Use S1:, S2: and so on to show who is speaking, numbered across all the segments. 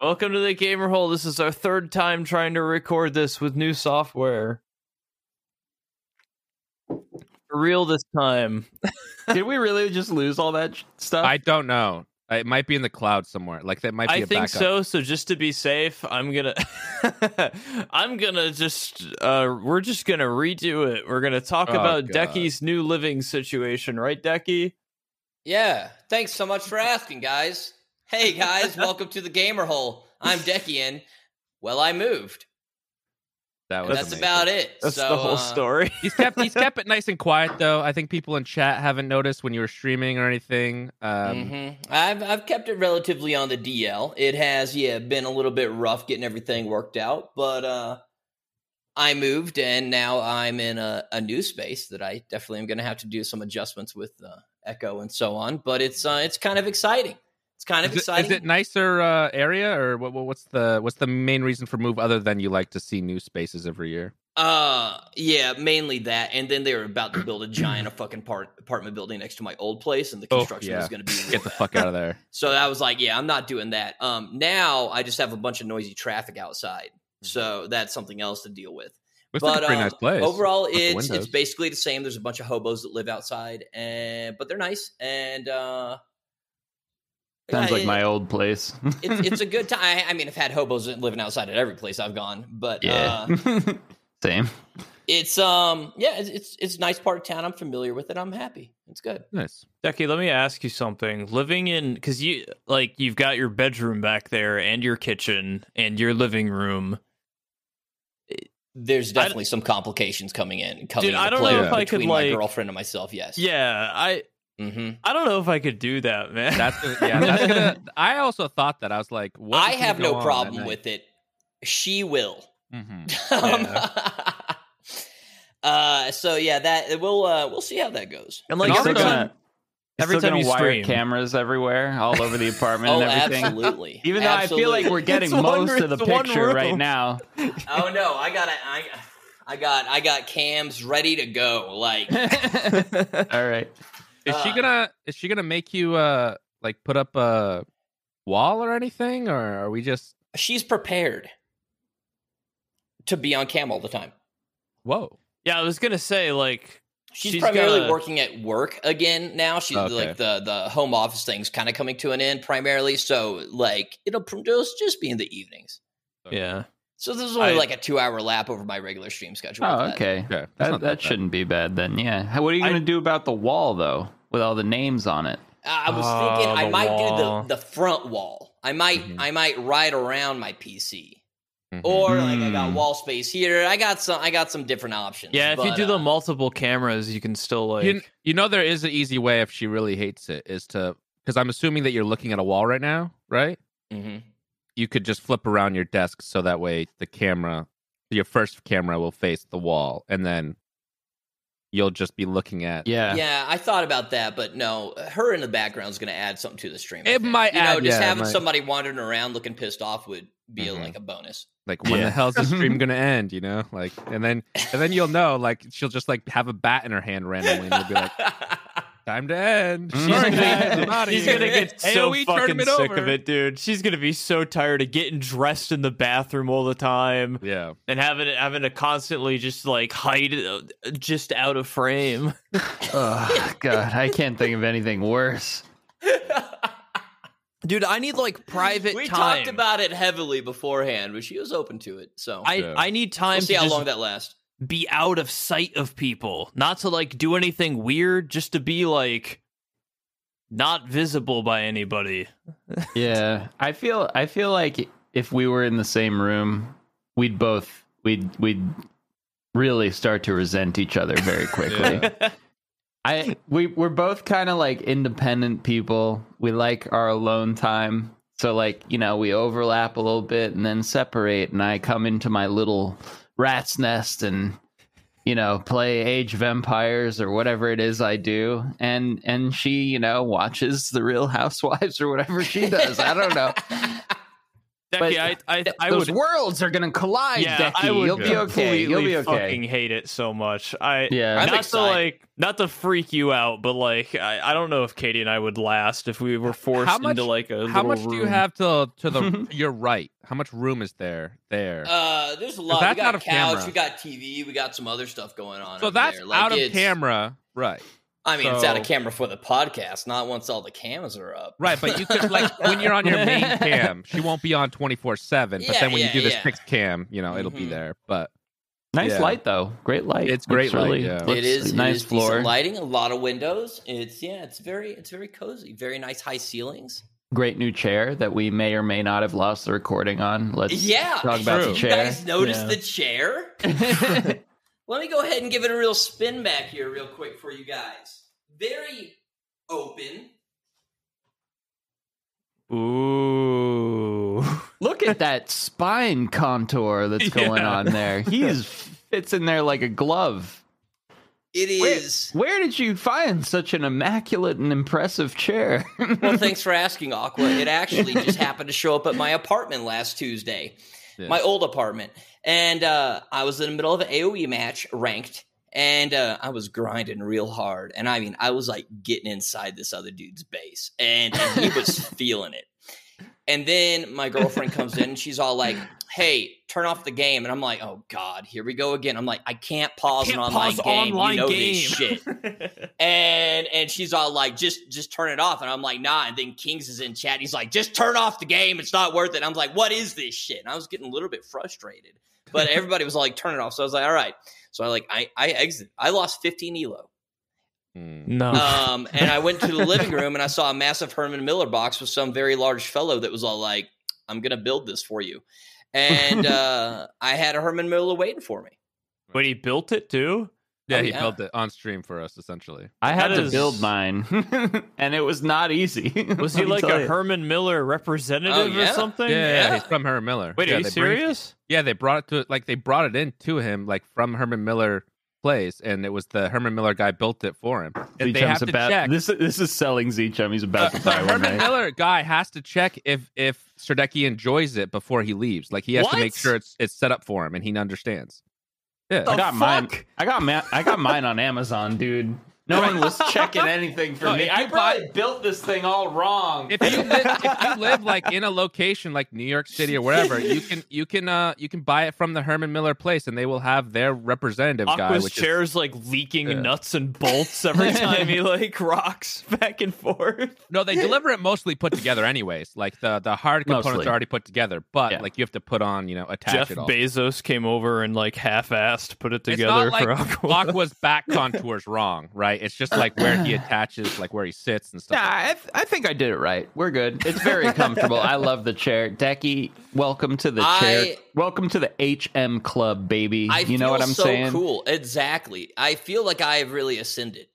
S1: Welcome to the gamer hole. This is our third time trying to record this with new software. For real this time.
S2: Did we really just lose all that sh- stuff?
S3: I don't know. It might be in the cloud somewhere. Like that might be.
S1: I
S3: a
S1: think
S3: backup.
S1: so. So just to be safe, I'm gonna, I'm gonna just, uh, we're just gonna redo it. We're gonna talk
S3: Oh,
S1: about
S3: God.
S1: Decky's new living situation, right, Decky?
S4: Yeah, thanks so much for asking, guys. Hey, guys, welcome to the Gamer Hole. I'm Deckian. Well, I moved.
S3: That was
S4: That's about it.
S1: That's
S4: so,
S1: the whole
S4: uh,
S1: story.
S3: He's kept he's kept it nice and quiet though. I think people in chat haven't noticed when you were streaming or anything. Um,
S4: mhm. I've I've kept it relatively on the DL. It has, yeah, been a little bit rough getting everything worked out, but uh, I moved and now I'm in a, a new space that I definitely am going to have to do some adjustments with uh, Echo and so on. But it's uh, it's kind of exciting. It's kind of
S3: Is it,
S4: exciting.
S3: is it nicer uh, area, or what, what- what's the what's the main reason for move other than you like to see new spaces every year?
S4: Uh, yeah, mainly that, and then they were about to build a giant a fucking part, apartment building next to my old place, and the
S3: Oh,
S4: construction
S3: yeah.
S4: was going to be
S3: Get the fuck out of there!
S4: so I was like, yeah, I'm not doing that. Um, now I just have a bunch of noisy traffic outside, so that's something else to deal with.
S3: Looks
S4: but
S3: like a pretty
S4: uh,
S3: nice place.
S4: overall,
S3: Lots of
S4: it's it's
S3: windows.
S4: basically the same. There's a bunch of hobos that live outside, and but they're nice, and uh,
S2: Sounds
S4: yeah,
S2: like
S4: it-
S2: my old place.
S4: It's, it's a good time. I, I mean, I've had hobos living outside at every place I've gone, but uh,
S2: yeah. Same.
S4: It's um yeah, it's it's, it's a nice part of town. I'm familiar with it. I'm happy. It's good.
S3: nice.
S1: Decky, let me ask you something. Living in because you like you've got your bedroom back there and your kitchen and your living room.
S4: There's definitely some complications coming in. Coming
S1: Dude,
S4: into
S1: I don't
S4: play
S3: know if
S1: I could,
S4: between
S1: like-
S4: my girlfriend and myself. Yes.
S1: Yeah, I
S4: hmm
S1: I don't know if I could do that, man.
S3: That's gonna, yeah. That's gonna, I also thought that I was like, what
S4: I have no problem with it. She will.
S3: hmm
S4: Um, uh. So yeah, that we'll uh we'll see how that goes.
S1: and like
S2: It's
S1: every
S2: still
S1: time,
S2: gonna- it's
S1: every
S2: still
S1: time
S2: gonna
S1: you
S2: wire
S1: stream.
S2: cameras everywhere, all over the apartment
S4: Oh,
S2: and everything.
S4: absolutely.
S2: Even though I feel like we're getting
S1: It's one
S2: most
S1: room-
S2: of the
S1: it's one
S2: picture right
S1: room.
S2: now.
S4: Absolutely. oh no, I got I I got I got cams ready to go. Like
S2: All right.
S3: Is she
S4: Uh,
S3: gonna is she gonna make you uh like put up a wall or anything, or are we just
S4: she's prepared to be on cam all the time.
S3: whoa?
S1: yeah, I was gonna say like
S4: She's,
S1: She's
S4: primarily
S1: gotta-
S4: working at work again now. She's
S3: Okay.
S4: like the the home office thing's kind of coming to an end primarily. So like it'll pr- just just be in the evenings.
S1: yeah.
S4: So this is only
S1: I-
S4: like a two hour lap over my regular stream schedule.
S2: Oh,
S4: with that.
S2: okay.
S3: Okay, that's
S2: That,
S3: not
S2: that
S3: bad.
S2: shouldn't be bad then. Yeah. How- What are you
S1: I-
S2: going to do about the wall though, with all the names on it?
S4: I I was
S1: Oh,
S4: thinking I
S1: the
S4: might
S1: wall.
S4: do the the front wall. I might
S3: Mhm.
S4: I might ride around my PC.
S3: Mhm.
S4: Or like I got
S1: Mm.
S2: Hmm.
S4: wall space here. I got some I got some different options.
S1: Yeah, if you
S4: but,
S1: do the
S4: uh,
S1: multiple cameras, you can still like
S3: you, you know there is an easy way if she really hates it is to because i'm assuming that you're looking at a wall right now right
S4: mhm.
S3: you could just flip around your desk so that way the camera your first camera will face the wall and then you'll just be looking at
S2: Yeah.
S4: Yeah, I thought about that, but no, her in the background is going to add something to the stream. I
S3: It
S4: think.
S3: might
S4: you
S3: add-
S4: know,
S3: yeah,
S4: just
S3: it
S4: having
S3: might.
S4: somebody wandering around looking pissed off would be
S3: Mhm.
S4: like a bonus.
S3: like when
S2: Yeah.
S3: the hell's the stream gonna end you know like and then and then you'll know like she'll just like have a bat in her hand randomly and you'll be like time to end
S2: Mm.
S3: Sorry,
S2: She's
S3: guys,
S2: gonna-
S3: I'm outta
S1: She's
S3: here."
S1: gonna get so
S3: AOE
S1: fucking
S3: tournament
S1: sick
S3: over.
S1: of it, dude. She's gonna be so tired of getting dressed in the bathroom all the time
S3: yeah
S1: and having having to constantly just like hide uh, just out of frame.
S2: oh God, I can't think of anything worse.
S1: Dude, I need like private
S4: we
S1: time.
S4: talked about it heavily beforehand, but she was open to it. So
S1: I
S3: Yeah.
S1: I need time
S4: we'll see
S1: to
S4: how
S1: just
S4: long that lasts.
S1: be out of sight of people, not to like do anything weird, just to be like not visible by anybody.
S2: Yeah. I feel I feel like if we were in the same room, we'd both we'd we'd really start to resent each other very quickly.
S3: Yeah.
S2: I we we're both kind of like independent people. We like our alone time. So like, you know, we overlap a little bit and then separate and I come into my little rat's nest and you know, play Age of Empires or whatever it is I do and and she, you know, watches The Real Housewives or whatever she does. I don't know.
S1: Decky, I, I, I
S2: Those
S1: would
S2: worlds are gonna collide,
S1: yeah,
S2: Decky.
S1: I would
S2: You'll be okay.
S1: completely
S2: You'll be
S1: fucking
S2: okay.
S1: hate it so much. I
S2: Yeah.
S4: I'm
S1: not
S4: excited.
S1: to like not to freak you out, but like I, I don't know if Katie and I would last if we were forced
S3: How much-
S1: into like a
S3: How
S1: little
S3: much do you
S1: room.
S3: have to to the your right? How much room is there there?
S4: Uh, there's a lot.
S3: that's
S4: we got
S3: out of
S4: a couch.
S3: camera.
S4: We got TV. We got some other stuff going on.
S3: so
S4: over
S3: that's
S4: there. Like,
S3: out of
S4: it's-
S3: camera, right?
S4: I mean, it's out of
S3: so-
S4: camera for the podcast, not once all the cameras are up.
S3: Right, but you could like when you're on your main cam, she won't be on twenty four seven. But
S4: Yeah,
S3: then when
S4: yeah,
S3: you do this
S4: yeah.
S3: sixth cam, you know it'll be
S4: Mhm.
S3: there. But
S2: Nice
S3: Yeah.
S2: light though. Great light.
S3: It's great
S2: Looks
S3: light,
S2: really-
S3: yeah. It
S2: looks
S4: it is it
S2: nice
S4: is decent
S2: floor.
S4: lighting, a lot of windows. It's yeah, it's very it's very cozy, very nice high ceilings.
S2: Great new chair that we may or may not have lost the recording on. Let's
S4: Yeah,
S2: talk about the
S3: True.
S4: you
S2: chair.
S4: guys noticed
S1: Yeah.
S4: the chair? Let me go ahead and give it a real spin back here, real quick, for you guys. Very open.
S1: Ooh.
S2: Look at that spine contour that's going
S3: Yeah.
S2: on there. He is fits in there like a glove.
S4: It
S2: Wait.
S4: is.
S2: Where did you find such an immaculate and impressive chair?
S4: Well, thanks for asking, Aqua. It actually just happened to show up at my apartment last Tuesday,
S3: Yeah.
S4: my old apartment. And uh, I was in the middle of an AoE match, ranked, and uh, I was grinding real hard. And I mean, I was like getting inside this other dude's base, and, and he was feeling it. And then my girlfriend comes in and she's all like, hey, turn off the game. And I'm like, oh God, here we go again. I'm like, I can't pause
S1: can't
S4: an online
S1: pause
S4: game.
S1: online
S4: you know
S1: game.
S4: this shit and and she's all like, just just turn it off. And I'm like, nah. And then Kings is in chat. He's like, just turn off the game. It's not worth it. I'm like, what is this shit? And I was getting a little bit frustrated, but everybody was like, turn it off. So I was like, all right. So I like I I exited. I lost 15 elo.
S3: Mm.
S1: No.
S2: Oh.
S4: Um, and I went to the living room and I saw a massive Herman Miller box with some very large fellow that was all like, I'm gonna build this for you. And uh, I had a Herman Miller waiting for me.
S1: but he built it too?
S3: yeah,
S4: Oh,
S3: he
S4: yeah.
S3: built it on stream for us essentially.
S2: I had
S1: That
S2: to
S1: is-
S2: build mine, and it was not easy.
S1: Was
S2: Let
S1: he
S2: me
S1: like
S2: tell
S1: a
S2: you.
S1: Herman Miller representative
S4: Oh, yeah.
S1: or something?
S3: Yeah, yeah,
S4: Yeah.
S3: he's from Herman Miller.
S1: Wait,
S3: yeah,
S1: are you
S3: they bring-
S1: serious?
S3: yeah, they brought it to like they brought it in to him like from Herman Miller place, and it was the Herman Miller guy built it for him. And they have
S2: Zeechem's
S3: to
S2: about,
S3: check.
S2: This this is selling Zechum. He's about
S3: Uh,
S2: to
S3: the
S2: die one
S3: Herman
S2: night.
S3: Miller guy has to check if if Serdecki enjoys it before he leaves. Like he has to
S1: What?
S3: make sure it's it's set up for him and he understands. Yeah,
S2: I
S1: The
S2: got mine.
S1: fuck?
S2: I got ma- I got mine on Amazon, dude. No one was checking anything for
S3: No,
S2: me.
S3: if
S2: I
S3: you
S2: probably built this thing all wrong.
S3: if you live, if you live like in a location like New York City or wherever, you can you can uh you can buy it from the Herman Miller place and they will have their representative guy.
S1: Aqua's
S3: Which is,
S1: chair's like leaking
S3: Yeah.
S1: nuts and bolts every time he like rocks back and forth.
S3: no, they deliver it mostly put together anyways. Like the the hard components
S2: Mostly.
S3: are already put together, but
S2: Yeah.
S3: like you have to put on you know attach
S1: Jeff
S3: it all.
S1: Bezos came over and like half-assed put it
S3: It's
S1: together
S3: not
S1: for
S3: like
S1: Aqua.
S3: Aqua's back contours wrong, right? It's just like where he attaches, like where he sits and
S2: Nah,
S3: stuff.
S2: I, th- I think I did it right. We're good. It's very comfortable. I love the chair. Decky, welcome to the
S4: I-
S2: chair. Welcome to the HM Club, baby.
S4: I
S2: you
S4: feel
S2: know what I'm
S4: so
S2: saying?
S4: cool. Exactly. I feel like I have really ascended.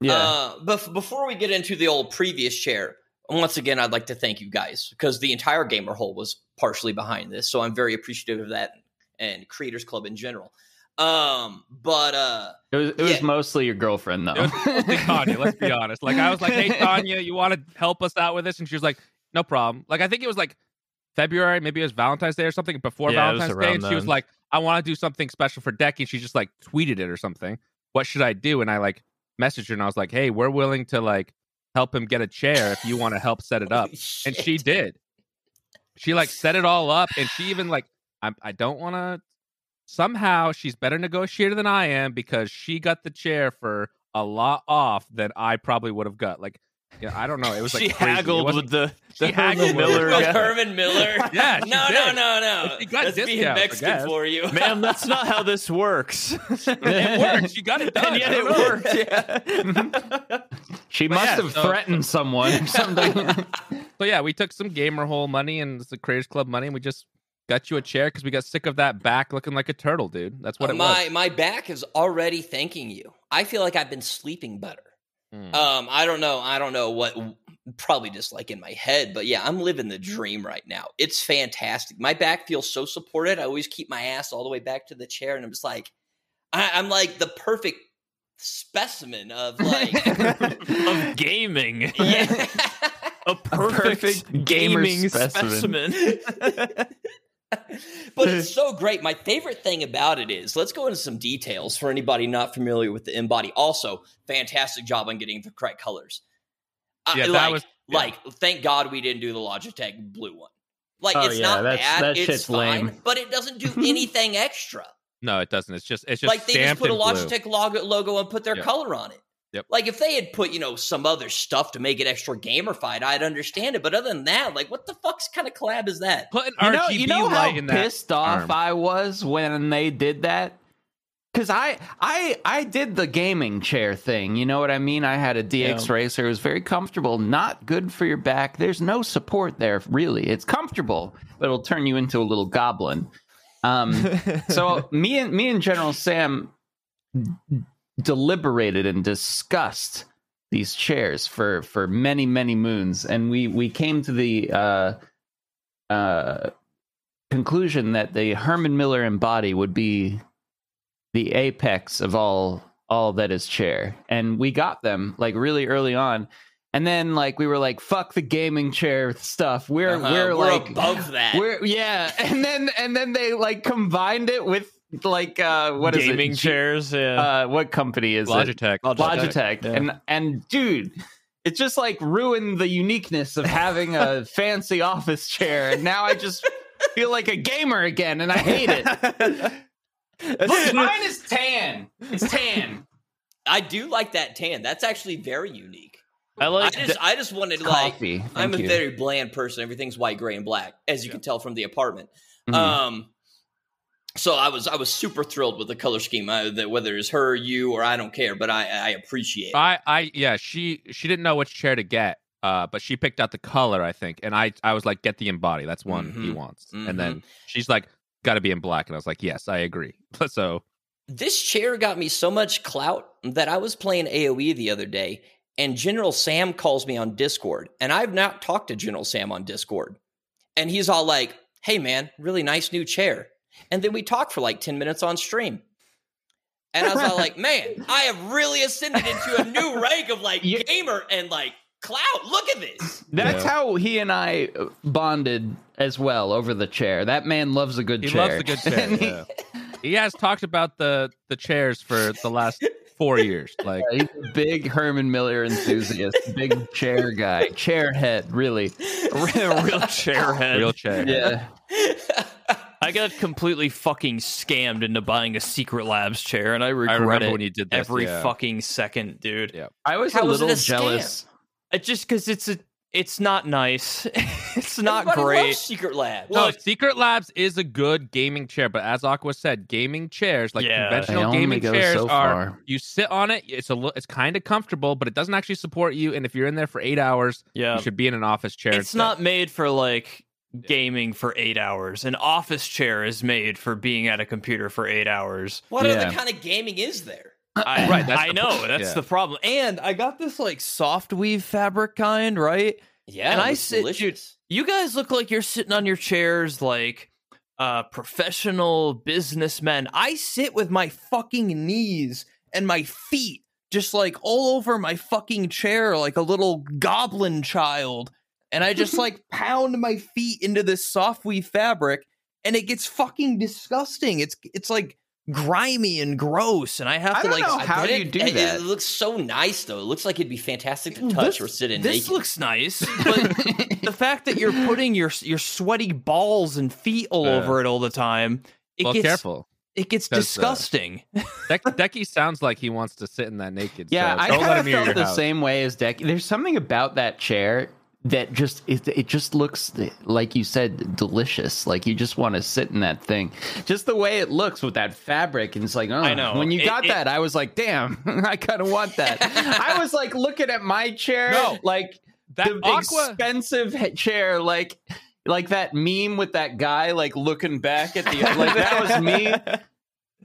S2: Yeah.
S4: Uh, but before we get into the old previous chair, once again, I'd like to thank you guys because the entire gamer hole was partially behind this, so I'm very appreciative of that and Creators Club in general. Um, but uh,
S2: it was, it
S4: yeah.
S2: was mostly your girlfriend, though.
S3: It was mostly Tanya, let's be honest. Like I was like, "Hey Tanya, you want to help us out with this?" And she was like, "No problem." Like I think it was like February, maybe it was Valentine's Day or something before
S1: Yeah, it was
S3: Valentine's Day,
S1: around
S3: and she was
S1: then.
S3: like, "I want to do something special for Decky." She just like tweeted it or something. What should I do? And I like messaged her and I was like, "Hey, we're willing to like help him get a chair if you want to help set it up." and she
S4: shit.
S3: did. She like set it all up, and she even like I I don't want to. Somehow she's better negotiator than I am because she got the chair for a lot off than I probably would have got. Like, yeah, I don't know. It was like
S1: she
S3: crazy. It
S1: haggled
S3: wasn't-
S1: with the,
S3: She
S1: the
S3: haggled
S1: Herman
S3: with
S1: Miller
S4: With
S1: guy.
S4: Herman Miller.
S3: Yeah, she
S4: no,
S3: did.
S4: no, no, no.
S3: She got
S4: That's being
S3: discounts, I
S4: Mexican
S3: guess.
S4: for you.
S1: Ma'am, that's not how this works.
S3: It worked. She got it done.
S1: and yet
S3: I
S1: it
S3: don't know.
S1: worked. Yeah.
S2: she must
S3: yeah,
S2: have
S3: so-
S2: threatened someone or something.
S3: So yeah, we took some gamer hole money and the creators club money, and we just got you a chair because we got sick of that back looking like a turtle, dude. That's what it
S4: my my back is already thanking you. I feel like I've been sleeping better.
S3: was. Mm.
S4: Um, I don't know. I don't know what. Probably just like in my head, but yeah, I'm living the dream right now. It's fantastic. My back feels so supported. I always keep my ass all the way back to the chair, and I'm just like, I, I'm like the perfect specimen of like,
S1: of gaming.
S4: yeah.
S1: a perfect,
S2: perfect gamer
S1: gaming
S2: specimen.
S1: specimen.
S4: but it's so great. My favorite thing about it is let's go into some details for anybody not familiar with the M body. Also, fantastic job on getting the correct colors. I,
S3: Yeah, that
S4: like,
S3: was- yeah.
S4: like thank God we didn't do the Logitech blue one. Like
S2: Oh,
S4: it's
S2: yeah,
S4: not
S2: that's-
S4: bad,
S2: that
S4: it's
S2: shit's
S4: fine,
S2: lame.
S4: but it doesn't do anything extra.
S3: No, it doesn't. It's just it's just
S4: like they just
S3: stamped
S4: put a
S3: in blue.
S4: Logitech logo, logo and put their
S3: Yep.
S4: color on it.
S3: Yep.
S4: Like if they had put you know some other stuff to make it extra gamified, I'd understand it. But other than that, like what the fuck's kind of collab is that?
S3: Put an
S2: You
S3: RGB
S2: know, you know how
S3: light in that.
S2: pissed off
S3: arm.
S2: I was when they did that. Cause I I I did the gaming chair thing. You know what I mean? I had a DX
S1: Yeah.
S2: racer. It was very comfortable. Not good for your back. There's no support there. Really, it's comfortable, but it'll turn you into a little goblin. Um, so me and me and General Sam deliberated and discussed these chairs for for many many moons, and we we came to the uh, uh, conclusion that the Herman Miller embody would be the apex of all all that is chair, and we got them like really early on. And then, like, we were like, "Fuck the gaming chair stuff." We're
S4: Uh-huh,
S2: we're, like
S4: above that.
S2: we're, yeah, and then and then they like combined it with like uh what is
S1: gaming
S2: it? G-
S1: chairs? Yeah.
S2: Uh, what company is it?
S3: Logitech.
S2: Logitech.
S1: yeah.
S2: And and dude, it just like ruined the uniqueness of having a fancy office chair, and now I just feel like a gamer again, and I hate it. Look, mine is tan. It's tan.
S4: I do like that tan. That's actually very unique.
S1: I like.
S4: I just I just wanted like
S2: Coffee.
S4: I'm a
S2: Thank you.
S4: very bland person. Everything's white, gray, and black, as you can tell from the apartment.
S2: Mhm.
S4: Um, so I was I was super thrilled with the color scheme. I, that whether it's her, you, or I don't care, but I I appreciate. it.
S3: I I yeah. She she didn't know which chair to get. Uh, but she picked out the color, I think, and I I was like, get the embody. That's one he
S4: Mhm.
S3: wants.
S4: Mhm.
S3: And then she's like, got to be in black, and I was like, yes, I agree. So
S4: This chair got me so much clout that I was playing AOE the other day, and General Sam calls me on Discord, and I've not talked to General Sam on Discord, and he's all like, "Hey man, really nice new chair," and then we talked for like ten minutes on stream. And I was all like, man, I have really ascended into a new rank of like
S2: You-
S4: gamer and like clout. Look at this.
S2: That's
S3: Yeah.
S2: how he and I bonded as well over the chair. That man loves a good
S3: he
S2: chair.
S3: loves the good chair. yeah. He has talked about the the chairs for the last four years. Like
S2: He's a big Herman Miller enthusiast, big chair guy, chair head, really.
S1: a real, real chair head.
S3: real chair.
S2: Yeah.
S1: I got completely fucking scammed into buying a Secret Labs chair, and I
S3: I
S1: regret
S3: remember
S1: it
S3: when you did this.
S1: every
S3: yeah.
S1: fucking second, dude.
S3: Yeah.
S2: I was
S4: How
S2: a
S4: was it
S2: little
S4: a scam?
S2: jealous.
S1: It just because it's a, it's not nice. it's not
S4: Everybody
S1: great.
S4: loves Secret Lab.
S3: No,
S1: Look-
S3: Secret Labs is a good gaming chair, but as Aqua said, gaming chairs like
S1: Yeah.
S2: They
S3: conventional
S2: only
S3: gaming
S2: go
S3: chairs
S2: so
S3: are
S2: far.
S3: you sit on it, it's a li- it's kind of comfortable, but it doesn't actually support you. And if you're in there for eight hours,
S1: Yeah,
S3: you should be in an office chair.
S1: it's
S3: instead.
S1: not made for like gaming for eight hours. An office chair is made for being at a computer for eight hours.
S4: What
S2: Yeah.
S4: other kind of gaming is there?
S1: I,
S3: Right, that's
S1: I
S3: the
S1: know
S3: point,
S1: that's
S3: yeah.
S1: the problem. And I got this like soft weave fabric kind, right?
S4: Yeah,
S1: And
S4: it
S1: I
S4: looks
S1: sit- dude,
S4: delicious.
S1: you guys look like you're sitting on your chairs like uh professional businessmen i sit with my fucking knees and my feet just like all over my fucking chair like a little goblin child and i just like pound my feet into this soft weave fabric and it gets fucking disgusting it's it's like grimy and gross and i have
S2: I
S1: to
S2: don't
S1: like
S2: know how
S4: But
S2: do
S4: it-
S2: you do
S4: it,
S2: that.
S4: It looks so nice, though. It looks like it'd be fantastic to
S1: Mm,
S4: touch
S1: This-
S4: or sit in
S1: this
S4: naked.
S1: looks nice but the fact that you're putting your your sweaty balls and feet all
S3: Yeah.
S1: over it all the time, it
S3: Well,
S1: gets
S3: careful.
S1: it gets
S3: That's, uh,
S1: disgusting.
S3: Dec- Decky sounds like he wants to sit in that naked.
S2: Yeah,
S3: so
S2: I
S3: don't let
S2: kind
S3: him
S2: of
S3: near your
S2: felt the
S3: house.
S2: same way as Deck. There's something about that chair that just it, it just looks like you said delicious. Like you just want to sit in that thing. Just the way it looks with that fabric, and it's like, oh,
S1: I know.
S2: When you
S1: It-
S2: got
S1: it-
S2: that, I was like, damn, I kind of want that. I was like looking at my chair,
S3: No.
S2: like
S3: That
S2: the
S3: Aqua,
S2: expensive he- chair, like like that meme with that guy like looking back at the like that was me.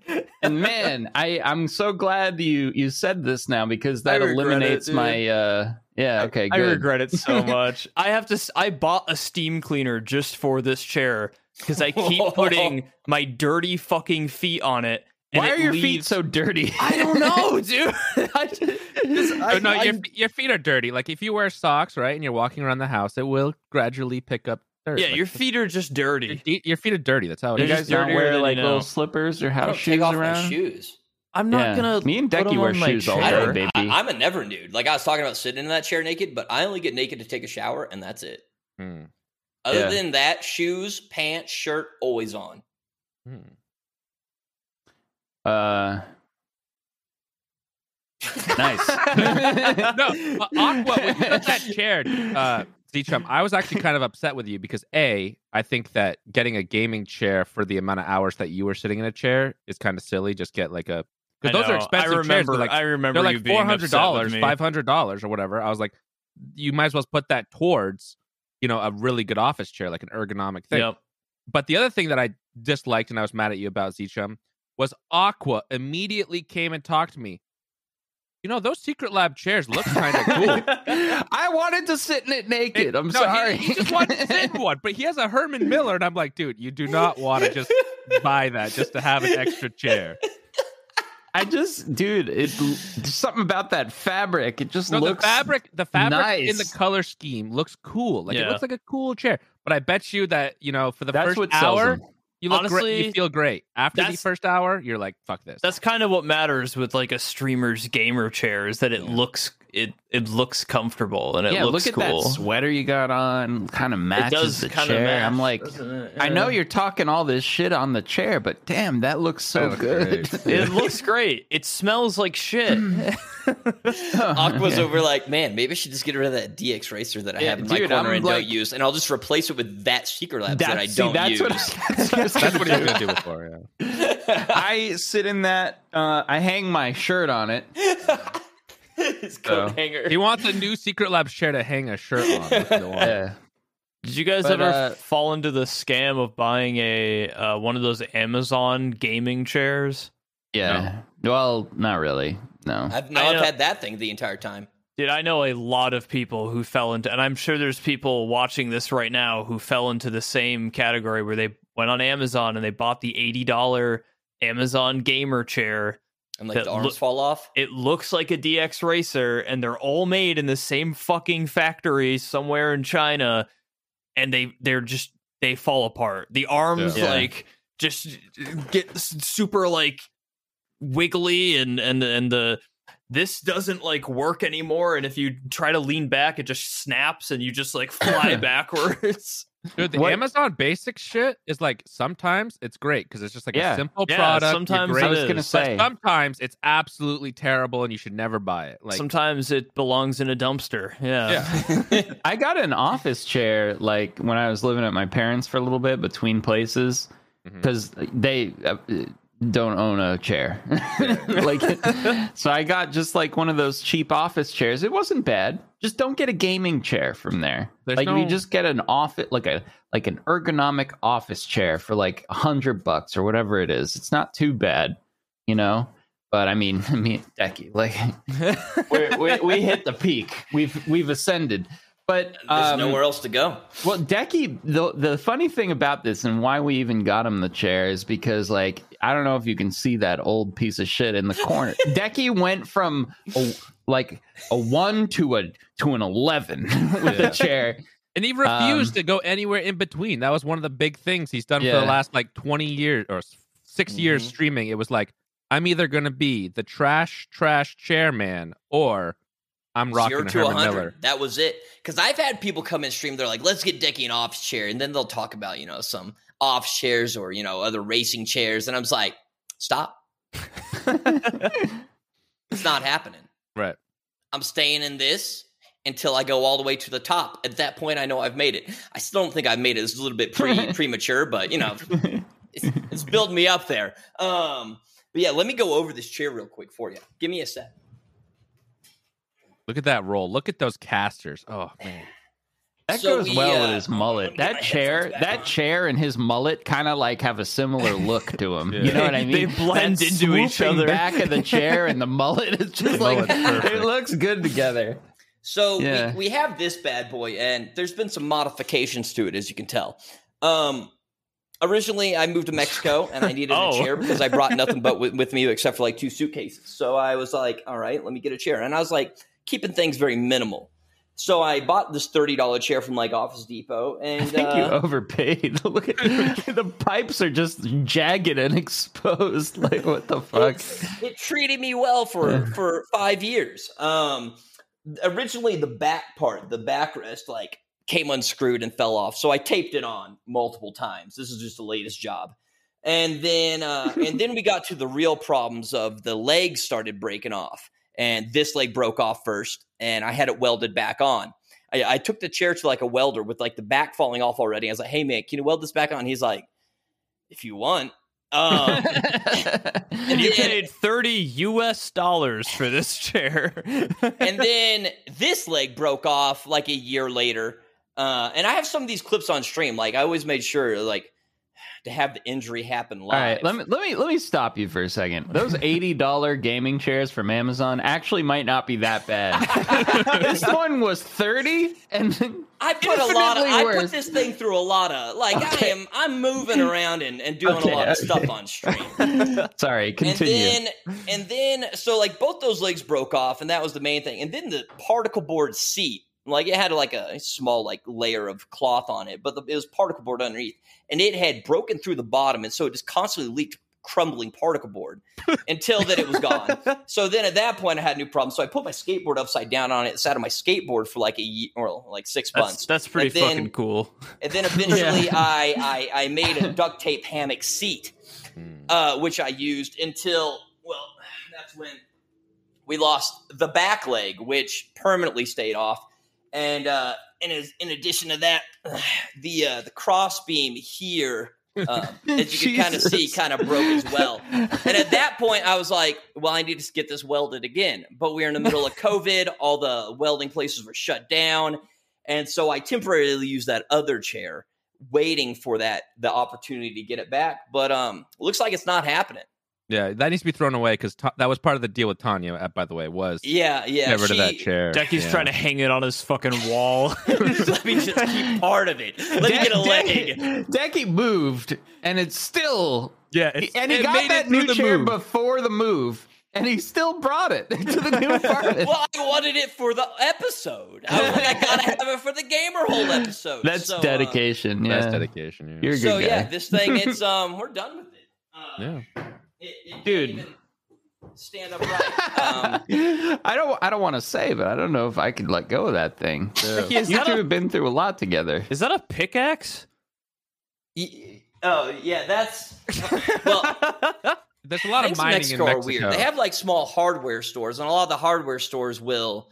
S2: And man, I I'm so glad you you said this now because that
S1: I regret
S2: eliminates
S1: it, dude.
S2: my uh yeah okay
S1: I
S2: good
S1: regret it so much. I have to. s- I bought a steam cleaner just for this chair because I keep putting my dirty fucking feet on it,
S2: Why
S3: it
S2: are your feet
S3: leaves-
S2: so dirty?
S1: I don't know, dude. I just- this- I-
S3: Oh, no, your,
S1: I-
S3: your feet are dirty. Like if you wear socks, right, and you're walking around the house, it will gradually pick up dirt.
S1: yeah,
S3: Like,
S1: your feet are just
S3: Your,
S1: dirty.
S3: de- your feet are dirty. That's how it
S2: you
S1: They're
S3: is.
S1: just
S2: guys don't
S1: dirtier
S2: wear
S1: than
S2: like
S1: you
S2: little
S1: know.
S2: slippers or
S4: I
S2: house
S4: don't
S2: shoes
S4: take off my
S2: around?
S4: shoes.
S1: I'm not
S2: Yeah.
S1: gonna.
S2: Me and
S1: put
S2: Decky
S1: them
S2: wear
S1: on my
S2: shoes all
S1: chair.
S4: I
S2: day,
S4: don't.
S2: baby.
S4: I, I'm a never nude. Like I was talking about sitting in that chair naked, but I only get naked to take a shower, and that's it.
S3: Hmm.
S4: Other
S2: Yeah.
S4: than that, shoes, pants, shirt, always on.
S3: Hmm.
S2: Uh, nice.
S3: no,
S1: uh,
S3: but Aqua, when you got that chair, uh, Zichum, I was actually kind of upset with you because A, I think that getting a gaming chair for the amount of hours that you were sitting in a chair is kind of silly. Just get like a
S1: I
S3: because those
S1: know.
S3: are expensive
S1: I
S3: chairs.
S1: remember.
S3: They're like,
S1: I remember
S3: they're
S1: you
S3: like
S1: being
S3: four
S1: upset
S3: hundred
S1: with
S3: dollars,
S1: me.
S3: five hundred dollars, or whatever. I was like, you might as well put that towards you know a really good office chair, like an ergonomic thing.
S1: Yep.
S3: But the other thing that I disliked and I was mad at you about Zichum was Aqua immediately came and talked to me. You know, those secret lab chairs look kind of cool.
S2: I wanted to sit in it naked.
S3: It-
S2: I'm
S3: no, he-
S2: sorry.
S3: He, just wanted to sit in one, but he has a Herman Miller, and I'm like, dude, you do not want to just buy that just to have an extra chair.
S2: I just, dude, it, there's something about that fabric. It just
S3: No,
S2: looks.
S3: the fabric, the fabric in the
S2: nice.
S3: color scheme looks cool. Like it
S1: Yeah.
S3: looks like a cool chair. But I bet you that you know for the
S2: That's
S3: first
S2: what sells
S3: hour,
S2: them.
S3: you look great. You
S1: Honestly,
S3: feel great. After the
S1: that's-
S3: first hour, you're like, fuck this.
S1: That's kind of what matters with like a streamer's gamer chair is that it looks it it looks comfortable and it
S2: yeah,
S1: looks
S2: look at
S1: cool.
S2: that sweater you got on. Kind of matches the
S1: kinda
S2: chair.
S1: match,
S2: I'm like,
S1: doesn't it?
S2: I know
S1: Yeah.
S2: you're talking all this shit on the chair, but damn, that looks
S3: That
S2: so
S3: looks
S2: good.
S1: It looks great. It smells like shit.
S2: Oh,
S4: Aqua's
S2: Yeah.
S4: over like, man, maybe I should just get rid of that DX racer that I
S2: Yeah,
S4: have in my
S2: dude,
S4: corner
S2: I'm
S4: and
S2: like-
S4: don't use, and I'll just replace it with that secret lab that I
S2: That's- see,
S4: don't
S2: that's
S4: use.
S2: what I- that's what I was
S3: That's
S2: gonna
S3: what he was gonna do before. Yeah.
S2: I sit in that. Uh, I hang my shirt on it.
S4: His coat
S2: Oh.
S4: hanger.
S3: He wants a new Secret Labs chair to hang a shirt on. That's what he wants.
S2: Yeah.
S1: Did you guys
S2: But,
S1: ever
S2: uh,
S1: fall into the scam of buying a uh, one of those Amazon gaming chairs?
S2: Yeah. Well, not really. No.
S4: I've,
S1: I
S4: now I've
S1: know.
S4: had that thing the entire time.
S1: Dude, I know a lot of people who fell into, and I'm sure there's people watching this right now who fell into the same category where they went on Amazon and they bought the eighty dollar Amazon gamer chair.
S4: I'm like,
S1: That
S4: the arms
S1: look-
S4: fall off.
S1: It looks like a DX racer, and they're all made in the same fucking factory somewhere in China, and they they're just they fall apart. The arms
S2: Yeah. Yeah.
S1: like just get s- super like wiggly, and and and the this doesn't like work anymore. And if you try to lean back, it just snaps, and you just like fly backwards.
S3: Dude, the
S2: What-
S3: Amazon basic shit is like sometimes it's great because it's just like a
S2: Yeah.
S3: simple
S1: Yeah,
S3: product. you're
S1: sometimes
S3: great,
S1: it
S2: I was gonna
S1: is,
S3: but
S2: say.
S3: sometimes it's absolutely terrible and you should never buy it. Like
S1: Sometimes it belongs in a dumpster. Yeah.
S3: yeah,
S2: I got an office chair like when I was living at my parents for a little bit between places
S3: Mhm.
S2: because they uh, don't own a chair. like, so I got just like one of those cheap office chairs. It wasn't bad. Just don't get a gaming chair from there.
S3: There's
S2: like, if
S3: no-
S2: you just get an office, like a like an ergonomic office chair for like a hundred bucks or whatever it is, it's not too bad, you know. But I mean, me and Decky, like, we're, we we hit the peak. We've we've ascended. But
S4: There's
S2: um,
S4: nowhere else to go.
S2: well, Decky, the the funny thing about this and why we even got him the chair is because like I don't know if you can see that old piece of shit in the corner. Decky went from a, like a one to a to an eleven with the chair.
S3: and he refused
S2: Um,
S3: to go anywhere in between. That was one of the big things he's done for
S2: Yeah.
S3: the last like twenty years or s- 6 years
S4: Mhm.
S3: streaming. It was like I'm either gonna be the trash trash chairman or I'm rocking
S4: Zero
S3: a
S4: to
S3: Herman
S4: 100.
S3: Miller.
S4: That was it. Because I've had people come in stream. They're like, let's get Decky an off chair. And then they'll talk about, you know, some off chairs or, you know, other racing chairs. And I'm just like, stop. It's not happening.
S3: Right.
S4: I'm staying in this until I go all the way to the top. At that point, I know I've made it. I still don't think I've made it. It's a little bit pre- premature, but, you know, it's, it's building me up there. Um, but yeah, let me go over this chair real quick for you. Give me a sec.
S3: Look at that roll. Look at those casters. Oh man.
S2: That
S4: So
S2: goes
S4: we,
S2: well with
S4: uh,
S2: his
S4: let
S2: mullet.
S4: me get my
S2: That chair,
S4: headphones back
S2: that
S4: on.
S2: chair, and his mullet kind of like have a similar look to him. You know what I mean?
S1: They blend
S2: That
S1: into each
S2: swooping
S1: other.
S2: Back of the chair and the mullet is just like
S3: Mullet's perfect.
S2: it looks good together.
S4: So
S2: Yeah.
S4: we, we have this bad boy, and there's been some modifications to it, as you can tell. Um, originally I moved to Mexico and I needed
S1: Oh.
S4: a chair because I brought nothing but with, with me except for like two suitcases. So I was like, all right, let me get a chair. And I was like keeping things very minimal. So I bought this thirty dollar chair from like Office Depot, and
S2: I think
S4: uh,
S2: you overpaid. Look at the pipes are just jagged and exposed. Like what the fuck?
S4: It's- It treated me well for for five years. Um, originally the back part, the backrest, like came unscrewed and fell off, so I taped it on multiple times. This is just the latest job, and then uh, and then we got to the real problems of the legs started breaking off, and this leg broke off first, and I had it welded back on. I, I took the chair to like a welder with like the back falling off already. I was like, "Hey man, can you weld this back on?" He's like, "If you want." Um,
S1: And you
S4: Yeah.
S1: paid 30 US dollars for this chair.
S4: and then this leg broke off like a year later. Uh, and I have some of these clips on stream. Like I always made sure, like to have the injury happen live.
S2: All right, let me let me let me stop you for a second. Those eighty dollar gaming chairs from Amazon actually might not be that bad. this one was thirty, and then,
S4: I put a lot. Of,
S2: Infinitely
S4: I put
S2: worse.
S4: this thing through a lot of like
S2: Okay.
S4: I am. I'm moving around and, and doing
S2: Okay,
S4: a lot of
S2: okay.
S4: stuff on stream.
S2: sorry, continue.
S4: And then, and then, so like both those legs broke off, and that was the main thing. And then the particle board seat, like it had like a small like layer of cloth on it, but the, it was particle board underneath, and it had broken through the bottom, and so it just constantly leaked crumbling particle board until that it was gone. so then at that point, I had new problems. So I put my skateboard upside down on it, sat on my skateboard for like a year or like six
S1: that's,
S4: months.
S1: that's pretty
S4: And then-
S1: fucking cool.
S4: And then eventually, I, I I made a duct tape hammock seat, uh, which I used until well, that's when we lost the back leg, which permanently stayed off, and uh, and as, in addition to that, the uh, the cross beam here, uh, as you can kind of see,
S2: Jesus.
S4: kind of broke as well. And at that point, I was like, well, I need to get this welded again. But we are in the middle of COVID. All the welding places were shut down. And so I temporarily used that other chair, waiting for that the opportunity to get it back. But um, looks like it's not happening.
S3: Yeah, that needs to be thrown away because that was part of the deal with Tanya. uh, By the way, was
S4: Yeah, yeah.
S3: get rid of that
S4: she-
S3: chair.
S1: Decky's
S3: Yeah.
S1: trying to hang it on his fucking wall.
S4: Let me just keep part of it. Let me
S2: De-
S4: get a
S2: Decky-
S4: leg.
S2: Decky moved, and it's still.
S1: yeah,
S2: and he
S3: it made
S2: got
S3: it
S2: that
S3: through
S2: new
S3: the
S2: chair
S3: move.
S2: before the move, and he still brought it to the new apartment.
S4: Well, I wanted it for the episode. I, was like, I gotta have it for the gamer hole episode.
S2: That's
S4: So, uh,
S2: dedication. yeah,
S3: That's dedication. Yeah.
S2: You're a good
S4: so
S2: guy.
S4: yeah, this thing it's um we're done with it. Uh,
S3: yeah.
S4: it, it can't
S2: Dude.
S4: even stand upright. Um,
S2: I don't. I don't want to say, but I don't know if I could let go of that thing.
S1: Decky, is,
S2: You
S1: that
S2: two
S1: a,
S2: have been through a lot together.
S1: is that a pickaxe?
S4: y- oh yeah, that's well.
S3: There's a lot of
S4: Things in
S3: mining in
S4: Mexico
S3: Mexico.
S4: are weird. They have like small hardware stores, and a lot of the hardware stores will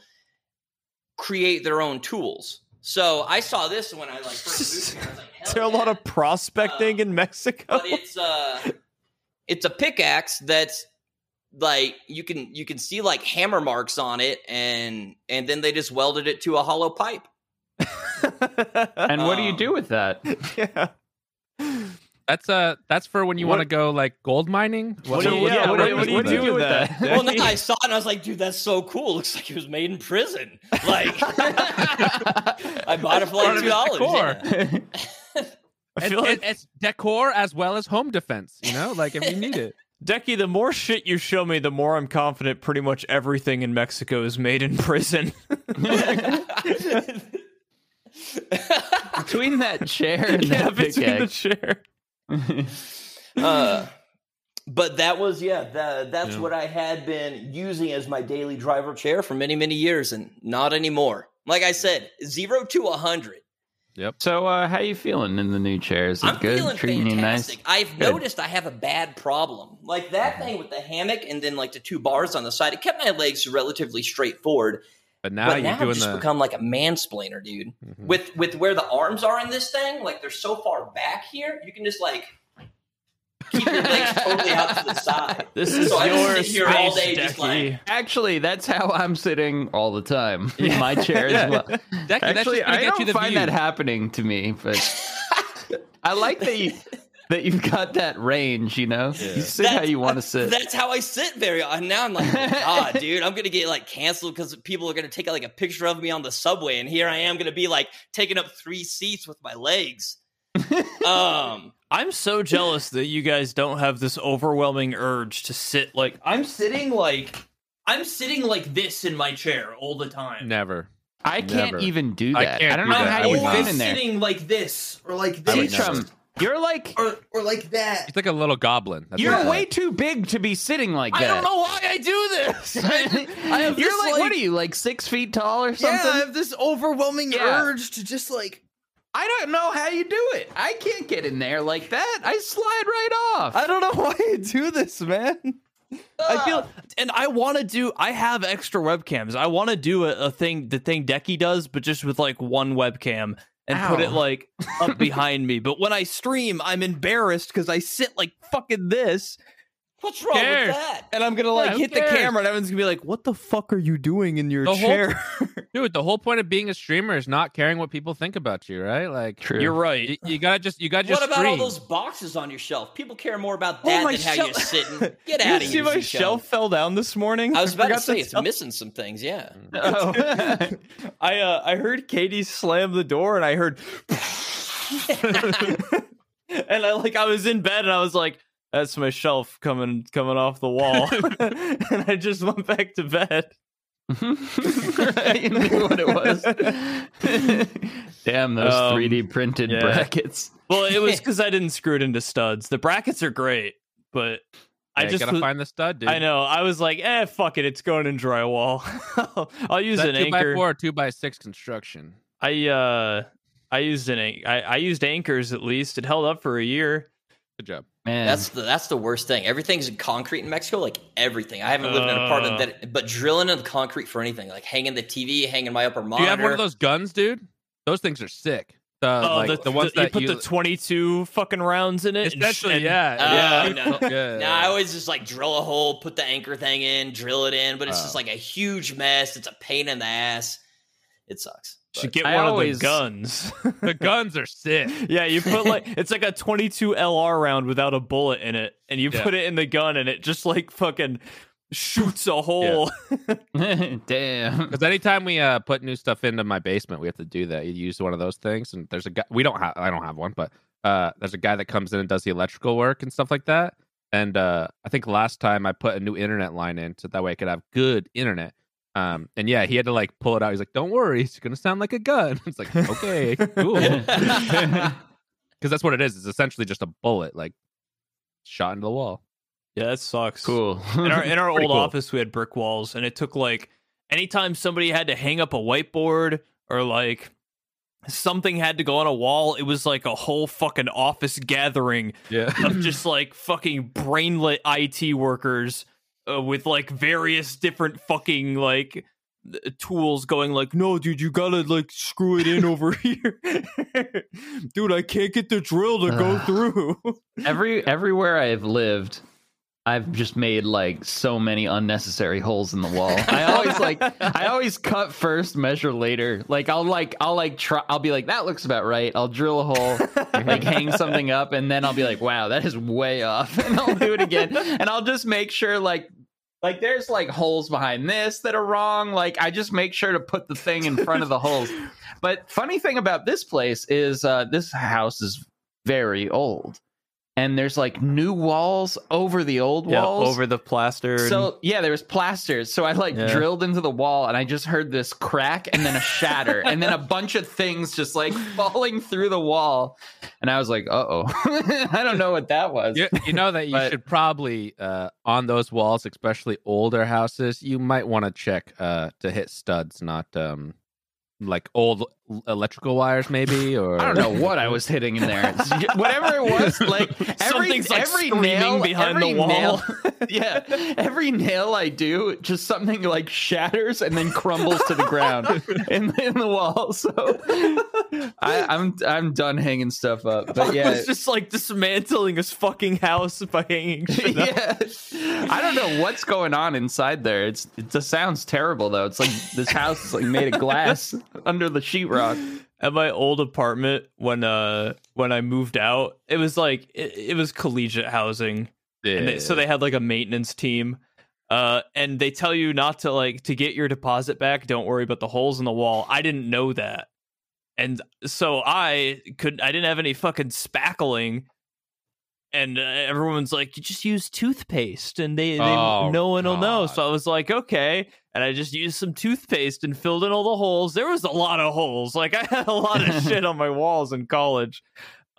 S4: create their own tools. So I saw this when I like first moved here. I was like,
S1: Is
S4: "Hell
S1: there a
S4: yeah."
S1: lot of prospecting
S4: Uh,
S1: in Mexico?
S4: but it's uh it's a pickaxe that's like you can you can see like hammer marks on it and and then they just welded it to a hollow pipe
S2: And what do you
S4: Um,
S2: do with that?
S1: yeah.
S3: That's uh that's for when you
S2: What-
S3: want to go like gold mining.
S1: What do you- yeah, what do- what do you do with that?
S4: well no, i saw it and i was like dude that's so cool looks like it was made in prison like i bought it for
S3: Part
S4: like
S3: of
S4: two
S3: its
S4: dollars yeah.
S1: I
S3: It's,
S1: feel like,
S3: it's- it's decor as well as home defense. You know, like if you need it.
S1: Decky, the more shit you show me, the more I'm confident pretty much everything in Mexico is made in prison.
S2: between that chair and
S1: yeah,
S2: that
S1: between the
S2: pickaxe.
S1: chair.
S4: uh, but that was yeah the, that's
S3: Yeah.
S4: what i had been using as my daily driver chair for many many years and not anymore like i said zero to a hundred
S2: so, uh, how you feeling in the new chair? Is it
S4: I'm
S2: good?
S4: feeling
S2: Treating
S4: fantastic.
S2: you
S4: I've noticed I have a bad problem. Like that
S2: Mm-hmm.
S4: thing with the hammock and then like the two bars on the side, it kept my legs relatively straightforward.
S3: But now
S4: but
S3: you're
S4: now I've
S3: doing
S4: just
S3: the.
S4: become like a mansplainer, dude.
S3: Mhm.
S4: With with where the arms are in this thing, like they're so far back here, you can just like keep your legs totally out to the side.
S1: This is
S4: so I just
S1: your
S4: sit
S1: space,
S4: here all day just
S1: Decky.
S4: like
S2: nice? Actually, that's how I'm sitting all the time in my chair as well.
S3: Decky, that's
S2: Actually,
S3: just gonna
S2: I
S3: get you
S2: don't
S3: the
S2: find
S3: view.
S2: that happening to me, but I like that you that you've got that range. You know, you sit how
S4: That's-
S2: you want to sit.
S4: That's how I sit very. And now I'm like, oh, God, dude, I'm gonna get like canceled because people are gonna take like a picture of me on the subway, and here I am gonna be like taking up three seats with my legs. Um,
S1: I'm so jealous that you guys don't have this overwhelming urge to sit like I'm sitting like I'm sitting like this in my chair all the time.
S3: Never.
S2: I can't
S3: Never.
S2: even do
S3: I
S2: that. I,
S3: can't
S2: don't
S3: do
S2: know
S3: that.
S2: how
S3: I
S2: you
S3: would
S2: fit
S3: not.
S2: in there.
S1: sitting like this or like
S3: I would
S1: this
S3: never.
S2: Teachum, you're like
S1: or or like that.
S3: He's like a little goblin. That's
S2: you're
S3: what I-
S2: way too big to be sitting like
S1: I don't
S2: that.
S1: know why I do this. I have
S2: you're
S1: this,
S2: like,
S1: like-
S2: what are you like six feet tall or something?
S1: Yeah, I have this overwhelming
S2: Yeah.
S1: urge to just like
S2: I don't know how you do it. I can't get in there like that. I slide right off.
S1: I don't know why I do this, man. I
S4: ah,
S1: feel and I want to do I have extra webcams. I want to do a, a thing the thing Decky does but just with like one webcam and put
S2: Ow.
S1: it like up behind me. But when I stream, I'm embarrassed cuz I sit like fucking this
S4: What's wrong
S3: Cares.
S4: with that?
S1: and I'm going to
S3: Yeah,
S1: like
S3: who
S1: hit
S3: cares?
S1: the camera and everyone's going to be like, "What the fuck are you doing in your
S3: The whole-
S1: chair?"
S3: Dude, the whole point of being a streamer is not caring what people think about you, right? Like
S2: True.
S1: You're right.
S3: You, you gotta just you gotta just
S4: What about all
S3: stream.
S4: those boxes on your shelf? People care more about
S1: Oh,
S4: that
S1: my
S4: than how
S1: shel-
S4: you're sitting. Get
S1: You
S4: out of
S1: see
S4: here.
S1: my
S4: Zico.
S1: shelf fell down this morning.
S4: I was about to
S1: forgot
S4: say it's
S1: tell-
S4: missing some things. Yeah.
S1: Mm.
S2: Oh.
S1: I uh, I heard Katie slam the door and I heard and I like I was in bed and I was like that's my shelf coming coming off the wall and I just went back to bed.
S2: I knew what it was. Damn those
S1: Um,
S2: 3D printed
S1: yeah.
S2: brackets.
S1: Well, it was cuz I didn't screw it into studs. The brackets are great, but I
S3: Yeah,
S1: just
S3: gotta
S1: was-
S3: find the stud, dude.
S1: I know. I was like, "Eh, fuck it. It's going in drywall. I'll use
S3: Is that
S1: an
S3: two by
S1: anchor."
S3: four, or two by six construction.
S1: I uh I used an an- I, I used anchors at least. It held up for a year.
S3: Good job.
S2: Man,
S4: That's the that's the worst thing. Everything's in concrete in Mexico, like everything. I haven't lived in an apartment
S1: Uh.
S4: that but drilling in the concrete for anything, like hanging the TV, hanging my upper
S3: Do
S4: monitor.
S3: you have one of those guns, dude? Those things are sick. The,
S1: oh,
S3: Uh, like,
S1: the,
S3: the, ones
S1: you
S3: that
S1: put the twenty-two fucking rounds in it. and sh-
S3: essentially,
S1: and-
S3: yeah,
S4: Oh,
S3: yeah,
S4: no.
S3: yeah.
S4: No, I always just like drill a hole, put the anchor thing in, drill it in, but it's just
S3: Oh.
S4: like a huge mess. It's a pain in the ass. It sucks.
S1: should
S4: But-
S1: get
S2: I
S1: one
S2: always-
S1: of the guns.
S3: the guns are sick.
S1: yeah, you put like it's like a twenty-two LR round without a bullet in it, and you
S3: Yeah.
S1: put it in the gun, and it just like fucking shoots a hole.
S2: damn.
S3: Because anytime we uh, put new stuff into my basement, we have to do that. You use one of those things, and there's a guy. We don't have. I don't have one, but uh, there's a guy that comes in and does the electrical work and stuff like that. And uh, I think last time I put a new internet line in, so that way I could have good internet. Um, and yeah, he had to like pull it out. He's like, "Don't worry, it's gonna sound like a gun." It's like, okay, cool, because that's what it is. It's essentially just a bullet, like shot into the wall.
S1: Yeah, that sucks.
S2: cool.
S1: In our in our old
S3: Pretty cool.
S1: office, we had brick walls, and it took like anytime somebody had to hang up a whiteboard or like something had to go on a wall, it was like a whole fucking office gathering
S3: Yeah,
S1: of just like fucking brainlet IT workers uh, with like various different fucking like th- tools going like no dude you gotta like screw it in over here dude i can't get the drill to go
S2: Ugh.
S1: through
S2: Every everywhere I've lived, I've just made like so many unnecessary holes in the wall. I always like I always cut first, measure later. Like I'll like I'll like try I'll be like, that looks about right. I'll drill a hole, like hang something up, and then I'll be like, wow, that is way off. And I'll do it again. And I'll just make sure like like there's like holes behind this that are wrong. Like I just make sure to put the thing in front of the holes. But funny thing about this place is uh this house is very old. And there's like new walls over the old walls.
S1: the plaster
S2: So yeah, there was plasters. So I like
S1: Yeah.
S2: drilled into the wall, and I just heard this crack, and then a shatter, and then a bunch of things just like falling through the wall, and I was like, "Uh oh, I don't know what that was."
S3: you, you know that you
S2: But-
S3: should probably uh, on those walls, especially older houses, you might want to check uh, to hit studs, not um, like old electrical wires, maybe. Or
S2: I don't know what I was hitting in there. Whatever it was, like every,
S1: Something's, like,
S2: every
S1: screaming
S2: nail
S1: behind the
S2: every
S1: wall.
S2: nail- yeah, every nail I do, just something like shatters and then crumbles to the ground in, in the wall. So I, I'm I'm done hanging stuff up. But
S1: I
S2: yeah,
S1: was just like dismantling his fucking house by hanging shit up.
S2: yeah. I don't know what's going on inside there. It's it just sounds terrible though. It's like this house is like made of glass under the sheetrock.
S1: At my old apartment when uh when I moved out, it was like it, it was collegiate housing. And they, so they had like a maintenance team. Uh, and they tell you not to like to get your deposit back. Don't worry about the holes in the wall. I didn't know that, and so I could I didn't have any fucking spackling, and uh, everyone's like, "You just use toothpaste," and they, they
S3: Oh,
S1: no one will know.
S3: God.
S1: So I was like, "Okay," and I just used some toothpaste and filled in all the holes. There was a lot of holes. Like I had a lot of shit on my walls in college.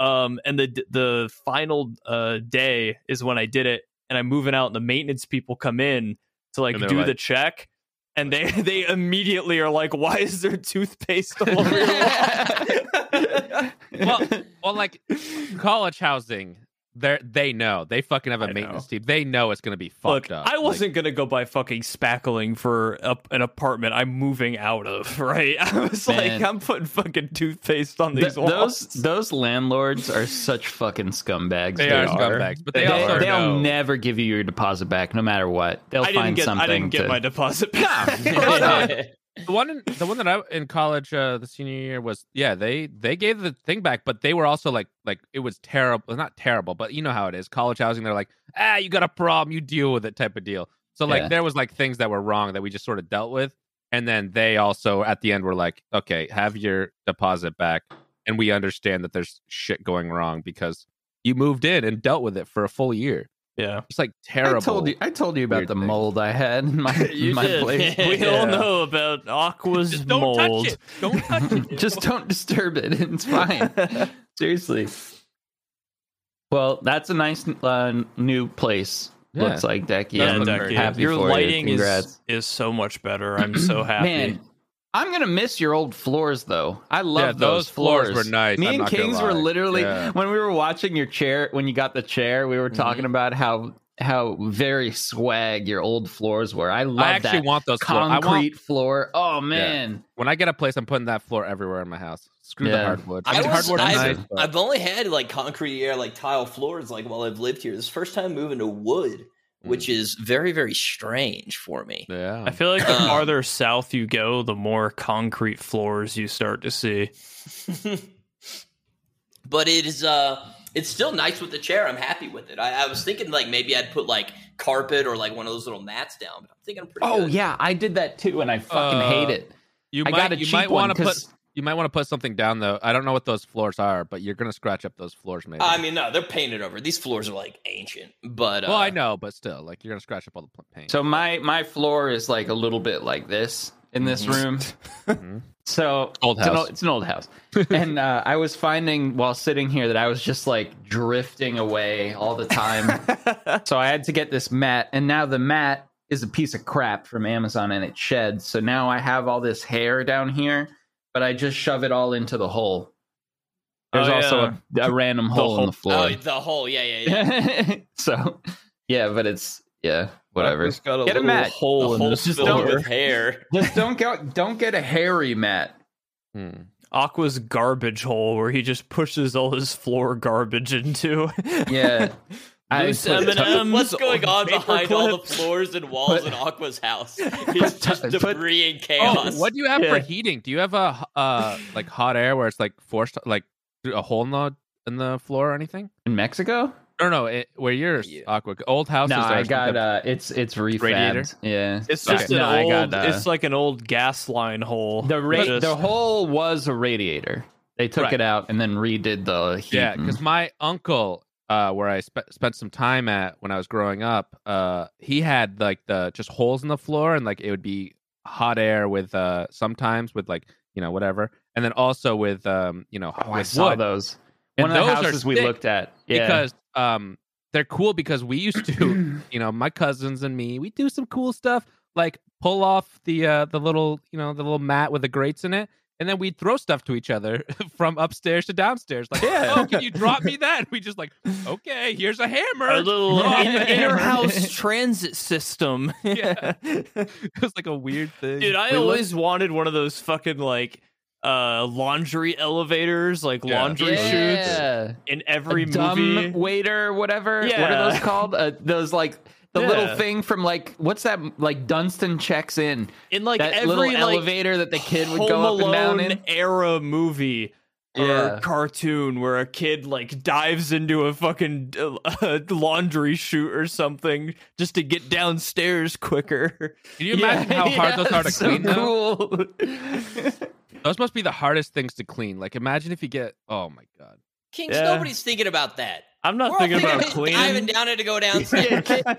S1: Um, and the the final uh day is when I did it, and I'm moving out, and the maintenance people come in to like
S3: And they're
S1: do
S3: like-
S1: the check. And they, they immediately are like, why is there toothpaste all over your wall?
S3: Well, well, like college housing, they they know they fucking have
S1: I
S3: a
S1: know.
S3: maintenance team. They know it's gonna be
S1: Look,
S3: fucked up.
S1: I
S3: Like,
S1: wasn't gonna go buy fucking spackling for a, an apartment I'm moving out of, right? I was
S2: Man.
S1: like, I'm putting fucking toothpaste on
S2: Th-
S1: these walls.
S2: those those landlords are such fucking scumbags.
S3: they, are scumbags, but they, also
S2: will
S3: know.
S2: never give you your deposit back, no matter what. They'll
S1: I didn't
S2: find
S1: get,
S2: something.
S1: I didn't get
S2: to,
S1: my deposit back.
S3: the one in, the one that I in college uh, the senior year was yeah they they gave the thing back but they were also like like it was terrible not terrible but you know how it is college housing they're like ah you got a problem you deal with it type of deal so like
S2: Yeah.
S3: there was like things that were wrong that we just sort of dealt with and then they also at the end were like okay have your deposit back and we understand that there's shit going wrong because you moved in and dealt with it for a full year
S1: yeah,
S3: it's like
S2: I
S3: terrible
S2: told you. I told you about
S3: Weird
S2: the
S3: things.
S2: mold I had in my,
S1: you
S2: my
S1: did.
S2: place.
S1: We all know about Aqua's
S3: Just don't
S1: mold.
S3: touch it don't touch it
S2: Just don't disturb it. It's fine. Seriously. Well, that's a nice uh, new place.
S3: Yeah.
S2: Looks like Decky.
S3: Does
S1: Yeah,
S2: I'm
S3: look
S1: Decky,
S3: very
S2: happy
S1: your
S2: for you.
S1: lighting
S2: Congrats.
S1: is is so much better. I'm so happy.
S2: uh, Man, I'm gonna miss your old floors though. I love
S3: Yeah,
S2: those,
S3: those floors were nice,
S2: Me
S3: I'm
S2: and
S3: not gonna
S2: Kings were
S3: lie.
S2: literally
S3: Yeah. Mm-hmm.
S2: when we were watching your chair when you got the chair, we were talking about how how very swag your old floors were. I love
S3: I actually
S2: that
S3: want those floors. I
S2: concrete
S3: want
S2: floor. Oh man.
S3: When I get a place, I'm putting that floor everywhere in my house. Screw
S2: Yeah.
S3: the hardwood.
S4: I
S3: I mean,
S4: was-
S3: hardwood is
S4: I've-
S3: nice. but-
S4: I've only had like concrete air, like tile floors, like while I've lived here. This is the first time moving to wood, which is very, very strange for me.
S3: yeah.
S1: I feel like the
S2: Uh,
S4: Um,
S1: farther south you go, the more concrete floors you start to see.
S4: but it is uh it's still nice with the chair. I'm happy with it. I, I was thinking like maybe I'd put like carpet or like one of those little mats down, but I'm thinking I'm pretty
S2: Oh
S4: good.
S2: yeah, I did that too and I fucking
S3: Uh,
S2: hate it.
S3: you
S2: I
S3: might,
S2: got a
S3: you
S2: cheap
S3: might
S2: one
S3: want to put.
S2: 'cause-
S3: You might want to put something down though. I don't know what those floors are, but you're gonna scratch up those floors maybe.
S4: I mean, no, they're painted over. These floors are like ancient, but uh,
S3: well, I know, but still, like you're gonna scratch up all the pl- paint.
S2: So my my floor is like a little bit like this in this room.
S3: Mhm.
S2: So
S3: Old
S2: It's an
S3: house.
S2: old, it's an old house. and uh, I was finding while sitting here that I was just like drifting away all the time. so I had to get this mat, and now the mat is a piece of crap from Amazon and it sheds. So now I have all this hair down here, but I just shove it all into the hole. There's
S1: Oh,
S2: also a, a random hole, in
S1: hole.
S2: the
S4: oh,
S2: floor.
S4: the whole yeah, yeah, yeah.
S2: so yeah, but it's yeah, whatever.
S1: It's got a
S2: Get a
S1: little
S2: mat.
S1: hole
S4: the
S1: in
S4: whole
S1: this
S2: don't-
S4: filled
S1: floor.
S4: with hair.
S2: Just don't go don't get a hairy mat.
S3: Hmm.
S1: Aqua's garbage hole where he just pushes all his floor garbage into.
S2: Yeah. I
S1: Loose
S2: put-
S1: M&Ms,
S4: What's going on
S1: paper
S4: behind all the
S1: clips.
S4: floors and walls
S2: Put-
S4: in Aqua's house? It's just
S2: put-
S4: debris and
S3: Oh,
S4: chaos.
S3: what do you have for
S1: Yeah.
S3: heating? Do you have a uh like hot air where it's like forced like through a hole in the in the floor or anything?
S2: in Mexico?
S3: No, no, it, where yours
S4: Yeah.
S3: aqua old houses.
S2: No,
S3: are
S2: I
S3: sometimes-
S2: got uh, it's it's refabbed.
S3: Radiator?
S2: Yeah,
S1: It's
S2: Okay.
S1: just
S2: no,
S1: an
S2: I
S1: old.
S2: got uh,
S1: it's like an old gas line hole.
S2: the ra-
S1: Just-
S2: the hole was a radiator. They took
S3: Right.
S2: it out and then redid the heat.
S3: Yeah,
S2: and-
S3: because my uncle, uh, where I spe- spent some time at when I was growing up, uh, he had like the just holes in the floor, and like it would be hot air with uh, sometimes with like you know whatever, and then also with um, you know
S2: oh, I
S3: with
S2: saw
S3: wood
S2: those.
S3: And
S2: One of the
S3: those are
S2: houses we
S3: sick
S2: looked at. Yeah,
S3: because um, they're cool because we used to, you know, my cousins and me, we do some cool stuff like pull off the uh, the little you know the little mat with the grates in it. And then we'd throw stuff to each other from upstairs to downstairs. Like,
S2: Yeah.
S3: oh, can you drop me that? we just like, okay, here's a hammer.
S1: a little
S3: Drop
S1: in-
S3: it.
S1: inner house transit system.
S3: Yeah. it was like a weird thing.
S1: Dude, I
S3: We looked-
S1: always wanted one of those fucking like uh laundry elevators, like
S3: Yeah.
S1: laundry chutes
S2: yeah,
S1: in
S2: a
S1: every movie.
S2: dumb waiter, whatever. What
S1: Yeah.
S2: are those called? Uh, those like the
S1: Yeah.
S2: little thing from like what's that? Like Dunstan checks in
S1: in like
S2: that
S1: every
S2: little
S1: like,
S2: elevator that the kid would
S1: Home
S2: go up and down
S1: Alone
S2: in.
S1: era movie
S2: Yeah.
S1: or cartoon where a kid like dives into a fucking uh, uh, laundry chute or something just to get downstairs quicker.
S3: Can you imagine how hard those are to
S2: so
S3: clean? though?
S2: Cool.
S3: Those must be the hardest things to clean. Like, imagine if you get. Oh my god.
S4: Kings,
S1: Yeah.
S4: nobody's thinking about that.
S5: I'm not thinking about cleaning.
S4: Ivan down it to go downstairs.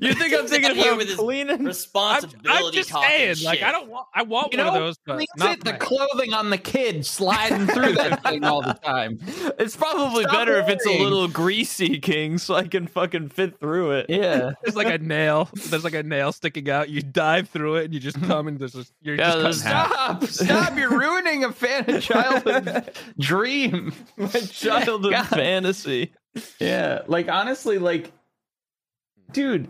S1: You think I'm thinking
S4: Out here
S1: about
S4: with his
S1: cleaning?
S3: I'm,
S4: responsibility
S3: I'm just
S4: talking
S3: saying,
S4: shit.
S3: like I don't want. I want
S2: You
S3: one
S2: know,
S3: of those, but
S2: Leaves
S3: not
S2: it the
S3: my-
S2: clothing on the kid sliding through that thing all the time.
S1: It's probably
S2: Stop
S1: better if it's a
S2: worrying.
S1: little greasy king, so I can fucking fit through it.
S2: Yeah.
S3: There's like a nail. There's like a nail sticking out. You dive through it, and you
S1: Mm-hmm.
S3: just come and there's just you're
S1: Yeah, there's-
S3: just cut in half.
S2: Stop! Stop! You're ruining a fan of childhood dream.
S1: My childhood
S2: God.
S1: fantasy.
S2: Yeah, like honestly, like, dude,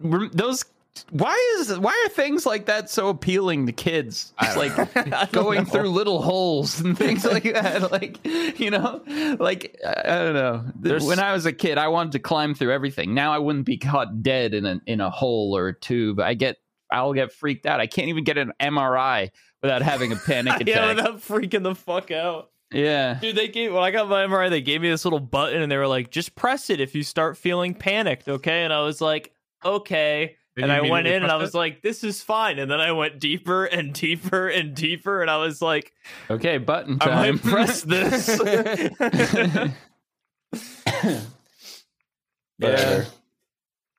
S2: rem- those. Why is why are things like that so appealing to kids? Just like going through little holes and things like that. Like you know, like I I don't know.
S1: There's-
S2: when I was a kid, I wanted to climb through everything. Now I wouldn't be caught dead in a in a hole or a tube. I get I'll get freaked out. I can't even get an MRI without having a panic attack.
S1: Yeah, without freaking the fuck out.
S2: yeah.
S1: Dude, they gave when I got my MRI, they gave me this little button and they were like, just press it if you start feeling panicked, okay? And I was like, okay.
S3: Did
S1: and
S3: you
S1: I went
S3: immediately
S1: in and I
S3: press
S1: was
S3: it?
S1: like, this is fine. And then I went deeper and deeper and deeper, and I was like,
S2: Okay, button
S1: I
S2: time.
S1: might press this.
S2: Whatever.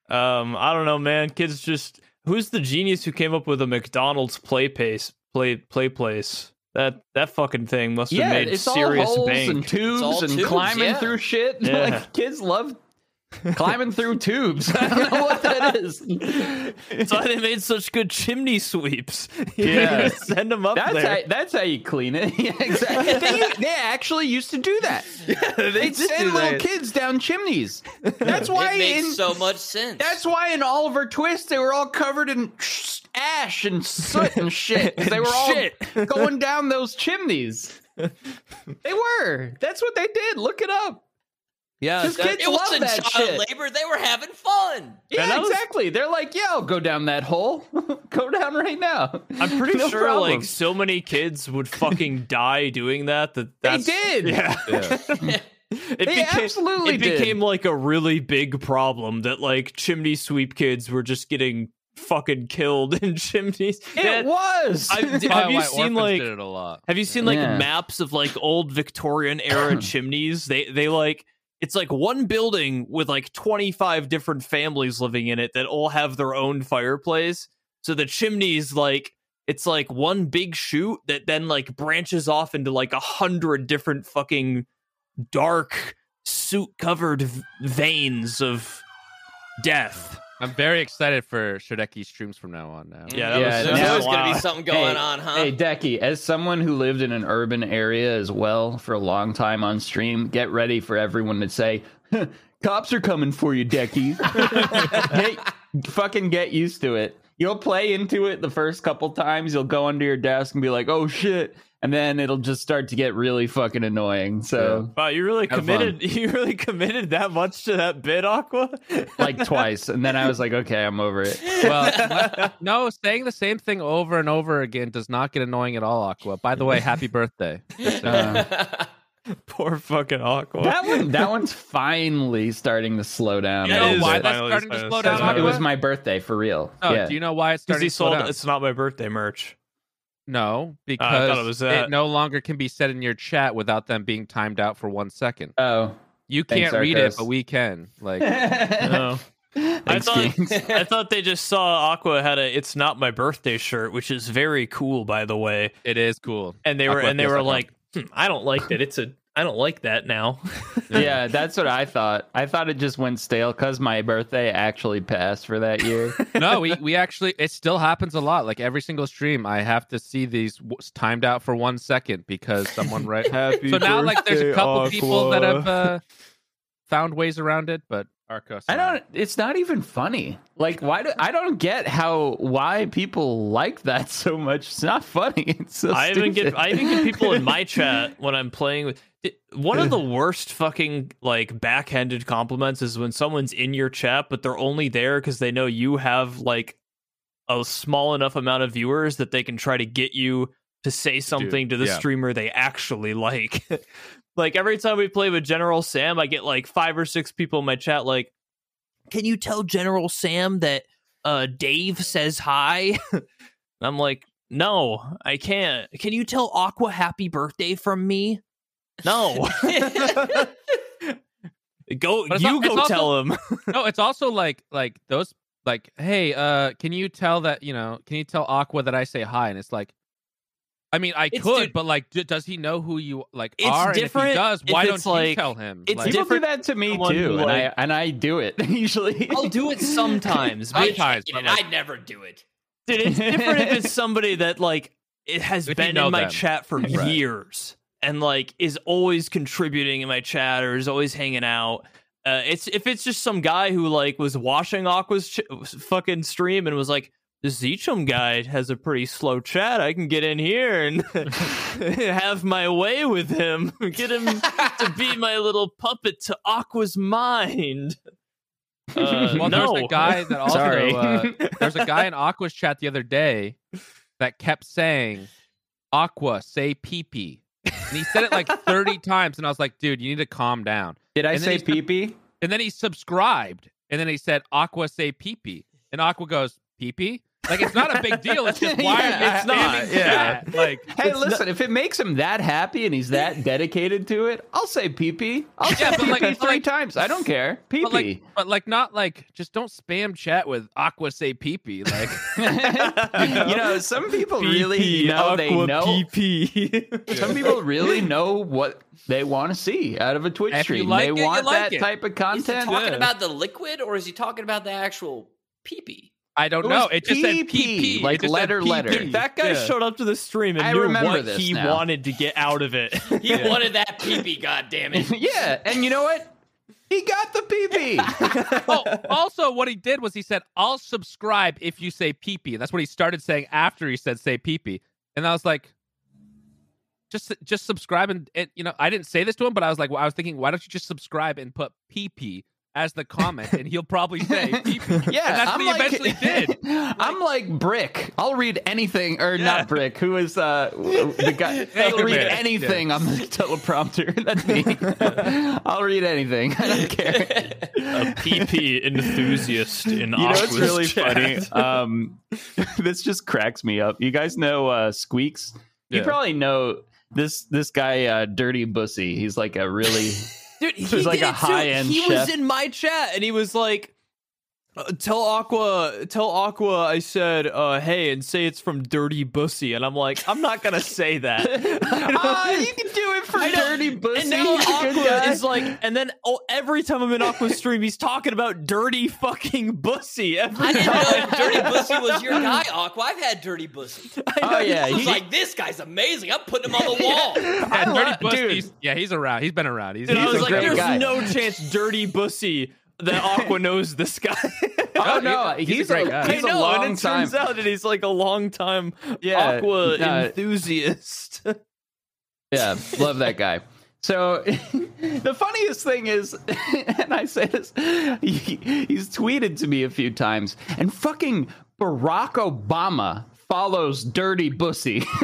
S1: um, I don't know, man. Kids just who's the genius who came up with a McDonald's play pace play play place? That that fucking thing must have
S2: yeah,
S1: made
S2: it's
S1: serious
S2: all holes
S1: bank.
S2: and tubes
S4: all
S2: and
S4: tubes,
S2: climbing
S4: yeah.
S2: through shit.
S1: Yeah.
S2: Like kids love climbing through tubes. I don't know what that is.
S1: That's why they made such good chimney sweeps.
S2: Yeah.
S1: Yeah, send them up
S2: That's
S1: there.
S2: how, that's how you clean it. Yeah, exactly. they, they actually used to do that.
S1: they did
S2: They'd send
S1: do
S2: little
S1: that.
S2: kids down chimneys. That's why
S4: it makes
S2: in
S4: so much sense.
S2: that's why in Oliver Twist they were all covered in ash and soot and shit. 'cause They were all
S1: Shit.
S2: going down those chimneys. They were. That's what they did. Look it up.
S1: yeah,
S2: Just
S1: that-
S2: kids
S4: it
S2: love
S4: wasn't
S2: that
S4: child
S2: shit.
S4: labor. They were having fun.
S1: And
S2: Yeah,
S1: that was-
S2: exactly. They're like, yo, go down that hole. go down right now.
S1: I'm pretty
S2: No
S1: sure
S2: problem.
S1: like so many kids would fucking die doing that. That
S2: they
S1: that's,
S2: did.
S1: Yeah, it
S2: They absolutely
S1: it
S2: did.
S1: became like a really big problem that like chimney sweep kids were just getting fucking killed in chimneys.
S2: It
S1: That-
S2: was.
S1: I- have you
S3: Twilight
S1: seen
S3: Orphans
S1: like
S3: did it a lot?
S1: Have you seen like
S2: Yeah.
S1: maps of like old Victorian era chimneys? They they like it's like one building with like 25 different families living in it that all have their own fireplace. So the chimneys like it's like one big chute that then like branches off into like a hundred different fucking dark suit covered v- veins of death.
S3: I'm very excited for Shodeki's streams from now on. Now,
S1: Yeah, that was
S2: Yeah,
S4: There's
S2: now-
S1: that was
S4: always going to be
S1: wild.
S4: something going
S2: Hey,
S4: on, huh?
S2: Hey, Decky, as someone who lived in an urban area as well for a long time on stream, get ready for everyone to say, "Huh, cops are coming for you, Decky. get, fucking get used to it. You'll play into it the first couple times. You'll go under your desk and be like, oh shit. And then it'll just start to get really fucking annoying. So,
S1: Wow, you really
S2: Have
S1: committed. You really committed that much to that bit, Aqua.
S2: like twice. And then I was like, okay, I'm over it.
S3: well, no, saying the same thing over and over again does not get annoying at all, Aqua. By the way, happy birthday.
S1: Poor fucking Aqua.
S2: Um, That one, that one's finally starting to slow down.
S1: Yeah,
S3: Uh, You know
S1: it is Oh,
S3: why that's
S1: finally
S3: starting to
S1: starting to
S3: slow
S1: slow
S3: down?
S1: down.
S2: it
S3: Aqua?
S2: was my birthday for real.
S3: No,
S2: yeah.
S3: do you know why it's
S1: because
S3: starting
S1: he
S3: to slow
S1: sold
S3: down?
S1: it's not my birthday merch
S3: No,
S1: I
S3: because
S1: thought it was
S3: it
S1: that.
S3: no longer can be said in your chat without them being timed out for one second.
S2: oh.
S3: You
S2: Thanks,
S3: can't read it,
S2: Arcos.
S3: but we can. Like,
S1: no i
S2: Thanks,
S1: thought
S2: Kings.
S1: i thought they just saw aqua had a it's not my birthday shirt which is very cool by the way
S3: it is cool.
S1: and they were
S3: Aqua
S1: and they were
S3: feels like
S1: like "Hmm, i don't like that it's a i don't like that now
S2: yeah, that's what I thought. I thought it just went stale because my birthday actually passed for that year.
S3: no, we, we actually it still happens a lot. Like every single stream, I have to see these w- timed out for one second because someone right.
S1: happy
S3: so now like there's a couple people that have uh, found ways around it, but Arcos.
S2: I don't. It's not even funny. Like, why do I don't get how why people like that so much? It's not funny. It's so
S1: I even get
S2: stupid.
S1: I even get people in my chat when I'm playing with. Di- One of the worst fucking like backhanded compliments is when someone's in your chat, but they're only there because they know you have like a small enough amount of viewers that they can try to get you to say something to the
S3: yeah.
S1: streamer they actually like. like every time we play with General Sam, I get like five or six people in my chat like, "Can you tell General Sam that uh Dave says hi?" I'm like, no, I can't. Can you tell Aqua happy birthday from me? No. Go,
S3: But it's
S1: you
S3: not- it's
S1: go
S3: also-
S1: tell him.
S3: no, it's also like like those like, hey, uh, can you tell that you know? Can you tell Aqua that I say hi? And it's like, I mean, I
S1: It's
S3: could,
S1: dude-
S3: but like, d- does he know who you like
S1: It's
S3: are? And
S1: different
S3: if he
S1: if
S3: does, why
S1: it's
S3: don't you
S1: like-
S3: tell him?
S1: it's
S3: like,
S2: People
S1: different
S2: do that to me
S1: someone
S2: too,
S1: who,
S2: and I
S1: like-
S2: and I do it usually.
S1: I'll do it sometimes,
S3: I
S1: but
S3: Sometimes,
S4: I,
S3: but,
S4: and
S3: like-
S4: I'd never do it.
S1: dude, it's different if it's somebody that like it has
S3: If you
S1: been
S3: know
S1: in my
S3: them.
S1: chat for
S2: Right.
S1: years and like is always contributing in my chat or is always hanging out. Uh, it's if it's just some guy who like was watching Aqua's ch- fucking stream and was like, "This Zeechum guy has a pretty slow chat. I can get in here and have my way with him. Get him." to be my little puppet to Aqua's mind. Uh,
S3: well,
S1: no.
S3: there's a guy that also
S2: Sorry.
S3: uh, there's a guy in Aqua's chat the other day that kept saying, "Aqua, say pee pee," and he said it like 30 times, and I was like, dude, you need to calm down.
S2: Did I
S3: And then
S2: say
S3: he's not-
S2: pee pee?
S3: And then he subscribed. And then he said, Aqua say pee pee. And Aqua goes, pee pee? Like, it's not a big deal. It's just why
S2: Yeah,
S3: are
S2: it's
S3: you standing
S1: not, yeah.
S3: chat? Like,
S2: Hey, listen, if it makes him that happy and he's that dedicated to it, I'll say pee pee. I'll
S3: Yeah,
S2: say
S3: but
S2: pee
S3: like-
S2: pee
S3: but
S2: three
S3: like-
S2: times. I don't care. Pee
S3: but
S2: pee.
S3: like, but like, not like, just don't spam chat with Aqua say pee pee. Like,
S2: you know, some people really
S1: PP,
S2: know they
S1: Aqua
S2: know.
S1: PP.
S2: Some people really know what they want to see out of a Twitch
S3: If you
S2: stream.
S3: like
S2: they
S3: it, you
S2: want
S3: like
S2: that
S3: it.
S2: type of
S4: Is he
S2: content.
S4: talking
S1: yeah.
S4: about the liquid or is he talking about the actual pee pee?
S3: I don't
S2: It
S3: know.
S2: was
S3: It just said
S2: PP,
S3: pee pee.
S2: like letter, letter.
S1: That guy
S3: Yeah.
S1: showed up to the stream and
S2: I
S1: knew
S2: remember
S1: what
S2: this
S1: he
S2: now.
S1: wanted to get out of it.
S4: He wanted that pee pee, goddammit.
S2: yeah, and you know what? He got the pee pee.
S3: oh, also, what he did was he said, I'll subscribe if you say pee pee. That's what he started saying after he said say pee pee. And I was like, just just subscribe and, and you know, I didn't say this to him, but I was like, well, I was thinking, why don't you just subscribe and put pee pee as the comment and he'll probably say pee pee.
S2: Yeah,
S3: And that's
S2: I'm
S3: what he
S2: like,
S3: eventually did.
S2: I'm like Brick. I'll read anything, or not Brick. Who is uh the guy? I'll
S3: Anchorman.
S2: read anything on the teleprompter. That's me. I'll read anything. I don't care.
S1: PP enthusiast in
S2: You know what's really funny? Um, this just cracks me up. You guys know uh, Squeaks? You
S3: Yeah.
S2: probably know this this guy, uh, Dirty Bussy. He's like a really
S1: Dude, he
S2: There's like
S1: did
S2: a
S1: it too.
S2: high-end
S1: He
S2: chef.
S1: was in my chat and he was like, uh, "Tell Aqua, tell Aqua, I said, uh, hey, and say it's from Dirty Bussy." And I'm like, I'm not gonna say that. I don't-
S2: Ah, you can do it for
S1: I know.
S2: Dirty Bussy.
S1: And now
S2: He's a good
S1: Aqua
S2: guy.
S1: is like, and then oh, every time I'm in Aqua's stream, he's talking about dirty fucking bussy. Every
S4: I didn't
S1: time.
S4: know Dirty Bussy was your guy, Aqua. I've had Dirty Bussy.
S2: Oh yeah,
S4: I was
S2: he-
S4: like, this guy's amazing. I'm putting him on the wall.
S3: Yeah,
S2: I
S3: Dirty
S2: love-
S3: Bus,
S2: dude.
S3: he's- yeah, he's around. He's been around. He's,
S1: Dude, I
S2: he's
S1: was
S2: a
S1: like,
S2: great
S1: there's
S2: guy.
S1: no chance dirty bussy that Aqua knows this guy.
S2: Oh no, he's,
S3: he's a great
S2: a,
S3: guy.
S2: he's
S1: I
S2: a
S1: know,
S2: long
S1: and it
S2: time.
S1: turns out that he's like a long time
S2: Yeah, uh,
S1: Aqua
S2: no.
S1: enthusiast.
S2: Yeah, love that guy. So the funniest thing is, and I say this, he, he's tweeted to me a few times, and fucking Barack Obama follows Dirty Bussy.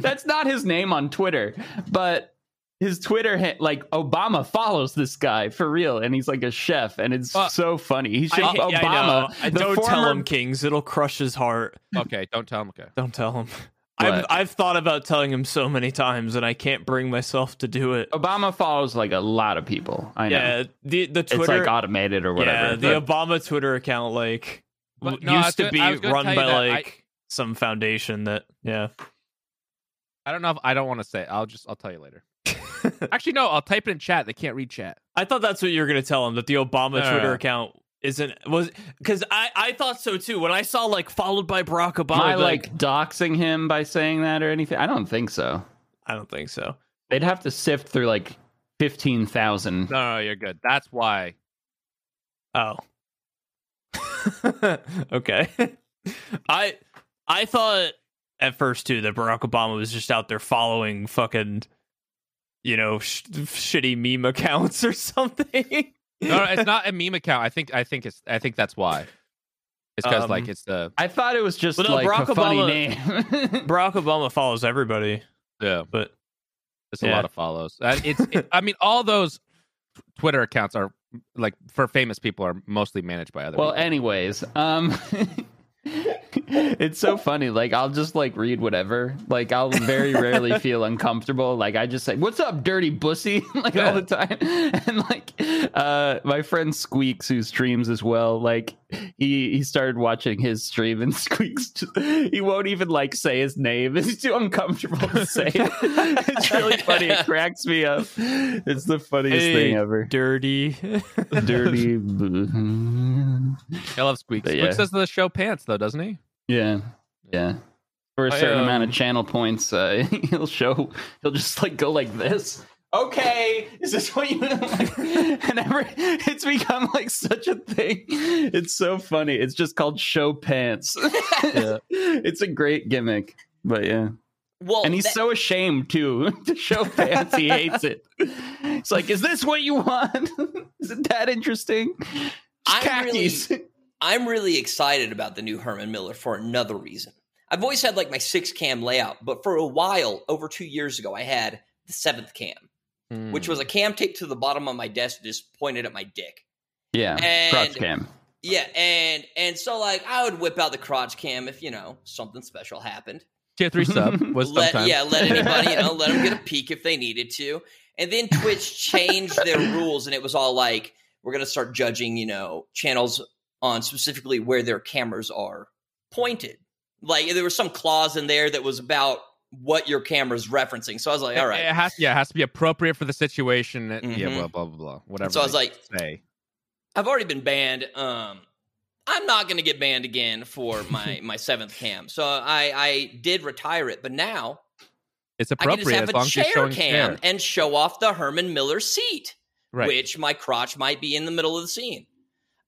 S2: That's not his name on Twitter, but his Twitter, ha- like Obama follows this guy for real, and he's like a chef, and it's
S3: Uh,
S2: so funny. He's
S1: I-
S2: just
S1: yeah, I know.
S2: Obama.
S1: I
S2: the
S1: don't tell
S2: former-
S1: him, Kings. It'll crush his heart.
S3: okay, don't tell him. Okay.
S1: Don't tell him. I've
S2: What?
S1: I've thought about telling him so many times, and I can't bring myself to do it.
S2: Obama follows like a lot of people. I know.
S1: Yeah, the the
S2: it's
S1: Twitter
S2: like automated or whatever.
S1: Yeah, the
S2: but-
S1: Obama Twitter account like
S3: But,
S1: w-
S3: no, I was
S1: used to
S3: gonna-
S1: be
S3: I was gonna
S1: run
S3: tell
S1: by
S3: you that I-
S1: like some foundation that yeah.
S3: I don't know if I don't want to say. it. I'll just I'll tell you later. Actually, no, I'll type it in chat. They can't read chat.
S1: I thought that's what you were gonna tell him that the Obama
S3: No,
S2: Uh.
S3: no,
S1: Twitter
S3: no.
S1: account isn't was because I I thought so too when I saw like followed by Barack Obama.
S2: Am I
S1: I'd be
S2: like doxing him by saying that or anything? I don't think so.
S1: I don't think so.
S2: They'd have to sift through like fifteen thousand.
S3: No, no, you're good. That's why.
S1: Oh. okay. I I thought at first too that Barack Obama was just out there following fucking you know sh- shitty meme accounts or something.
S3: No, no, it's not a meme account. I think I think it's I think that's why. It's because like
S1: Um,
S3: it's the
S2: I thought it was just
S1: Well, no,
S2: like
S1: Barack
S2: a funny
S1: Obama-
S2: name.
S1: Barack Obama follows everybody,
S3: yeah.
S1: but
S3: It's a
S1: Yeah.
S3: lot of follows. Uh, It's it- I mean all those Twitter accounts are like for famous people are mostly managed by other.
S2: well,
S3: people.
S2: anyways, um, it's so funny. Like I'll just like read whatever. Like I'll very rarely feel uncomfortable. Like I just say, "What's up, dirty bussy?" like all the time, and like uh, my friend Squeaks, who streams as well, like he he started watching his stream, and Squeaks just- he won't even like say his name. It's too uncomfortable to say. it. it's really funny. It cracks me up. It's the funniest
S5: Hey.
S2: thing ever.
S5: Dirty.
S2: Dirty. b-
S3: I love Squeaks.
S2: But yeah.
S3: Squeaks does the show pants though, doesn't he?
S2: Yeah, yeah. For a
S5: I,
S2: certain amount
S5: um,
S2: of channel points, uh, he'll show. He'll just like go like this. Okay, is this what you? and every, it's become like such a thing. It's so funny. It's just called show pants. It's a great gimmick. But yeah,
S4: well,
S2: and he's
S4: Oh, that-
S2: so ashamed too to show pants. He hates it. It's like, is this what you want? is it that interesting? Just
S4: I'm really-
S2: khakis.
S4: I'm really excited about the new Herman Miller for another reason. I've always had like my six cam layout, but for a while, over two years ago, I had the seventh cam, which
S2: Hmm.
S4: was a cam taped to the bottom of my desk, just pointed at my dick.
S2: yeah, crotch
S4: And-
S2: cam.
S4: Yeah, and and so like I would whip out the crotch cam if you know something special happened.
S3: tier three sub was
S4: Let,
S3: sometimes.
S4: yeah, let anybody you know, let them get a peek if they needed to. And then Twitch changed their rules, and it was all like we're gonna start judging you know channels on specifically where their cameras are pointed. Like there was some clause in there that was about what your camera's referencing. So I was like, all
S3: It,
S4: right.
S3: it has, yeah, it has to be appropriate for the situation. It- Yeah,
S4: Mhm.
S3: blah blah blah blah. Whatever.
S4: So I was
S3: they
S4: like,
S3: say.
S4: I've already been banned. Um, I'm not going to get banned again for my my seventh cam. So I I did retire it, but now
S3: it's
S4: I can just
S3: appropriate
S4: have
S3: as
S4: a
S3: long as you're
S4: chair
S3: showing
S4: cam
S3: chair.
S4: and show off the Herman Miller seat,
S3: Right.
S4: which my crotch might be in the middle of the scene.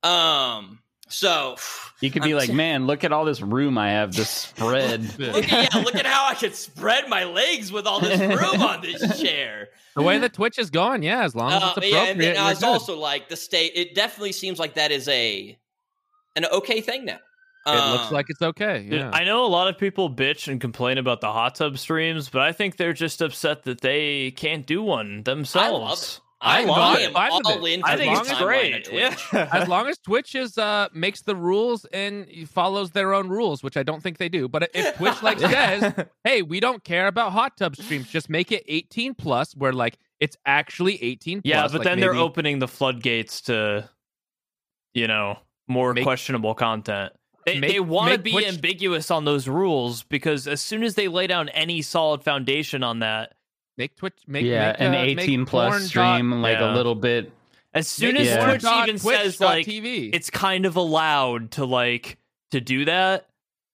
S4: Um, so
S2: You could
S4: I'm
S2: be like,
S4: t-
S2: man, look at all this room I have to spread.
S4: look at yeah, look at how I could spread my legs with all this room on this chair.
S3: The way that Twitch is going, yeah, as long as
S4: Uh,
S3: it's appropriate.
S4: yeah, and then I
S3: we're
S4: was
S3: good.
S4: also like the state. It definitely seems like that is a an okay thing now.
S3: it looks
S4: Um,
S3: like it's okay.
S5: Dude,
S3: Yeah.
S5: I know a lot of people bitch and complain about the hot tub streams, but I think they're just upset that they can't do one themselves.
S4: I,
S3: I'm
S4: I
S3: not
S4: am
S3: fine with
S4: all
S3: it.
S4: in.
S5: I,
S4: for
S5: think
S4: the
S5: it's
S4: timeline of
S5: great.
S4: Twitch.
S3: as long as Twitch is uh makes the rules and follows their own rules, which I don't think they do. But if Twitch like says, "Hey, we don't care about hot tub streams, just make it 18 plus," where like it's actually 18 plus.
S5: Yeah, but
S3: like,
S5: then they're
S3: maybe-
S5: opening the floodgates to, you know, more
S3: Make-
S5: questionable content. They,
S3: make-
S5: they want to
S3: make
S5: be
S3: which-
S5: ambiguous on those rules because as soon as they lay down any solid foundation on that,
S3: make Twitch make
S2: yeah,
S3: make,
S2: an
S3: uh, make
S2: 18 plus
S3: porn dot-
S2: stream, like
S5: yeah.
S2: a little bit.
S5: as soon
S3: make
S5: as
S2: it
S3: porn
S5: Twitch
S3: dot
S5: even
S3: Twitch
S5: says
S3: dot
S5: like
S3: TV.
S5: it's kind of allowed to like to do that,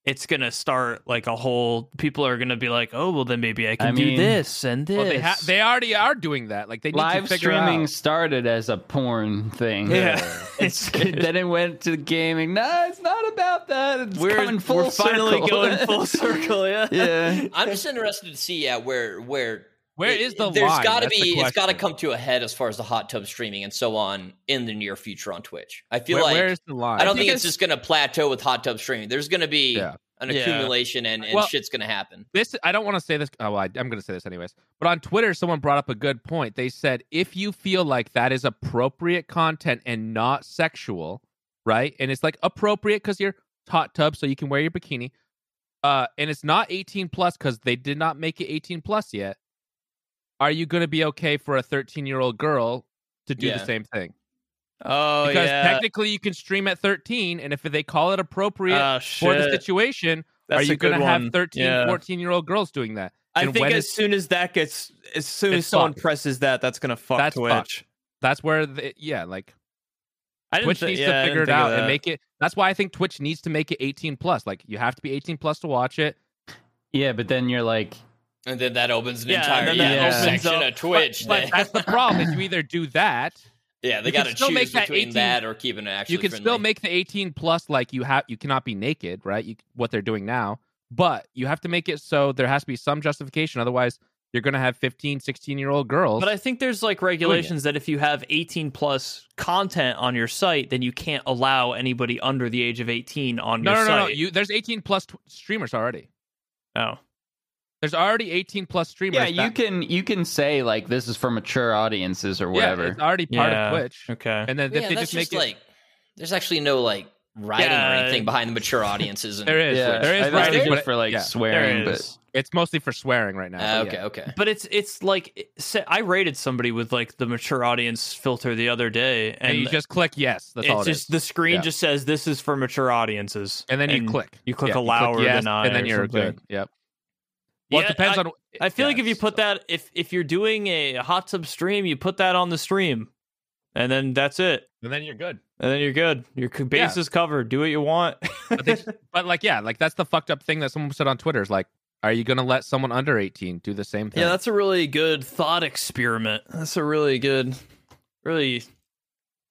S5: it's gonna start like a whole. People are gonna be like, oh well, then maybe I can do
S2: mean-
S5: this and this.
S3: Well, they ha- they already are doing that. Like they need
S2: Live
S3: to figure out-
S2: streaming started as a porn thing.
S5: yeah,
S2: It's then it went to gaming. No, it's not about that. It's
S5: we're
S2: coming full
S5: we're finally
S2: circle.
S5: going full circle. Yeah.
S2: yeah.
S4: I'm just interested to see yeah, where where
S3: Where
S4: it-
S3: is the
S4: There's
S3: line?
S4: gotta
S3: That's the
S4: be it's got to
S3: question.
S4: come to a head as far as the hot tub streaming and so on in the near future on Twitch. I feel
S3: Where-
S4: like
S3: where's the line?
S4: I don't think it's just going to plateau with hot tub streaming. There's going to be
S3: Yeah.
S4: an
S5: Yeah.
S4: accumulation and, and
S3: Well-
S4: shit's going to happen.
S3: this I don't want to say this. Oh, well, I, I'm going to say this anyways. But on Twitter, someone brought up a good point. They said if you feel like that is appropriate content and not sexual, right? And it's like appropriate because you're hot tub, so you can wear your bikini. Uh, and it's not 18 plus because they did not make it 18 plus yet. Are you going to be okay for a 13 year old girl to do
S4: Yeah.
S3: the same thing?
S1: Oh
S3: because
S1: yeah.
S3: technically, you can stream at 13, and if they call it appropriate
S4: Uh,
S1: Ah,
S3: for the
S1: shit.
S3: situation,
S1: That's
S3: are you
S1: a good
S3: going to have
S1: one.
S3: 13,
S1: Yeah.
S3: 14 year old girls doing that?
S1: I
S3: and
S1: think
S3: when
S1: as
S3: it's-
S1: soon as that gets, as soon as
S3: It's
S1: someone
S3: fucked.
S1: presses that, that's gonna fuck
S3: That's
S1: Twitch.
S3: fucked. That's where, the, yeah, like
S1: I didn't
S3: Twitch
S1: thi-
S3: needs
S1: yeah, I
S3: to
S1: didn't
S3: figure it
S1: think of
S3: out and
S1: that.
S3: make it. That's why I think Twitch needs to make it 18 plus. Like you have to be 18 plus to watch it.
S2: Yeah, but then you're like,
S4: And then that opens an
S5: Yeah,
S4: entire
S5: then
S2: that
S4: new
S2: opens
S5: up-
S4: section of Twitch.
S3: But
S4: that-
S3: that's the problem. Is you either do that,
S4: yeah, they
S3: you
S4: got
S3: can
S4: to
S3: still
S4: choose
S3: make that
S4: between
S3: 18
S4: that or keeping it actually
S3: you can
S4: friendly.
S3: still make the 18 plus. Like you have, you cannot be naked, right? You, what they're doing now, but you have to make it so there has to be some justification. Otherwise, you're going to have 15, 16 year old girls.
S5: But I think there's
S3: Oh,
S5: like regulations that if you have 18 plus content on your site, then you can't allow anybody under the age of 18 on
S3: no,
S5: your
S3: no, no, no.
S5: site.
S3: You there's 18 plus tw- streamers already.
S1: Oh,
S5: no.
S3: There's already 18 plus streamers.
S2: yeah, you
S3: that-
S2: can you can say like this is for mature audiences or
S3: Yeah,
S2: whatever.
S3: it's already part
S5: Yeah.
S3: of Twitch.
S5: Oh, okay.
S3: And then
S4: yeah,
S3: if they
S4: that's
S3: just make
S4: just
S3: it
S4: like there's actually no like writing or
S1: Yeah.
S4: anything behind the mature audiences. And,
S3: There is.
S2: Yeah,
S3: There
S2: I
S3: is
S2: think
S3: writing,
S2: it's
S3: but
S2: just for like
S3: yeah, there
S2: swearing,
S1: there
S2: but
S1: is.
S3: it's mostly for swearing right
S1: Ah,
S3: now.
S4: Uh,
S3: but
S4: okay,
S3: yeah.
S4: okay.
S1: But it's it's like it- se- I rated somebody with like the mature audience filter the other day,
S3: And,
S1: and,
S3: you just click yes. That's
S1: it's
S3: all it is.
S1: just the screen
S3: Yeah.
S1: just says this is for mature audiences,
S3: and then you click.
S1: you click
S3: Yeah,
S1: allow or
S3: yes,
S1: deny,
S3: and then
S1: or
S3: you're
S1: something.
S3: good. Yep. Well,
S1: Yeah,
S3: it depends
S1: I-
S3: on.
S1: I feel like if you
S3: yes.
S1: put that if if you're doing a hot tub stream, you put that on the stream, and then that's it,
S3: and then you're good.
S1: and then you're good. Your c- base is covered. Do what you want.
S3: But, they, but like, yeah, like that's the fucked up thing that someone said on Twitter is like, are you going to let someone under 18 do the same thing?
S6: Yeah, that's a really good thought experiment. That's a really good, really,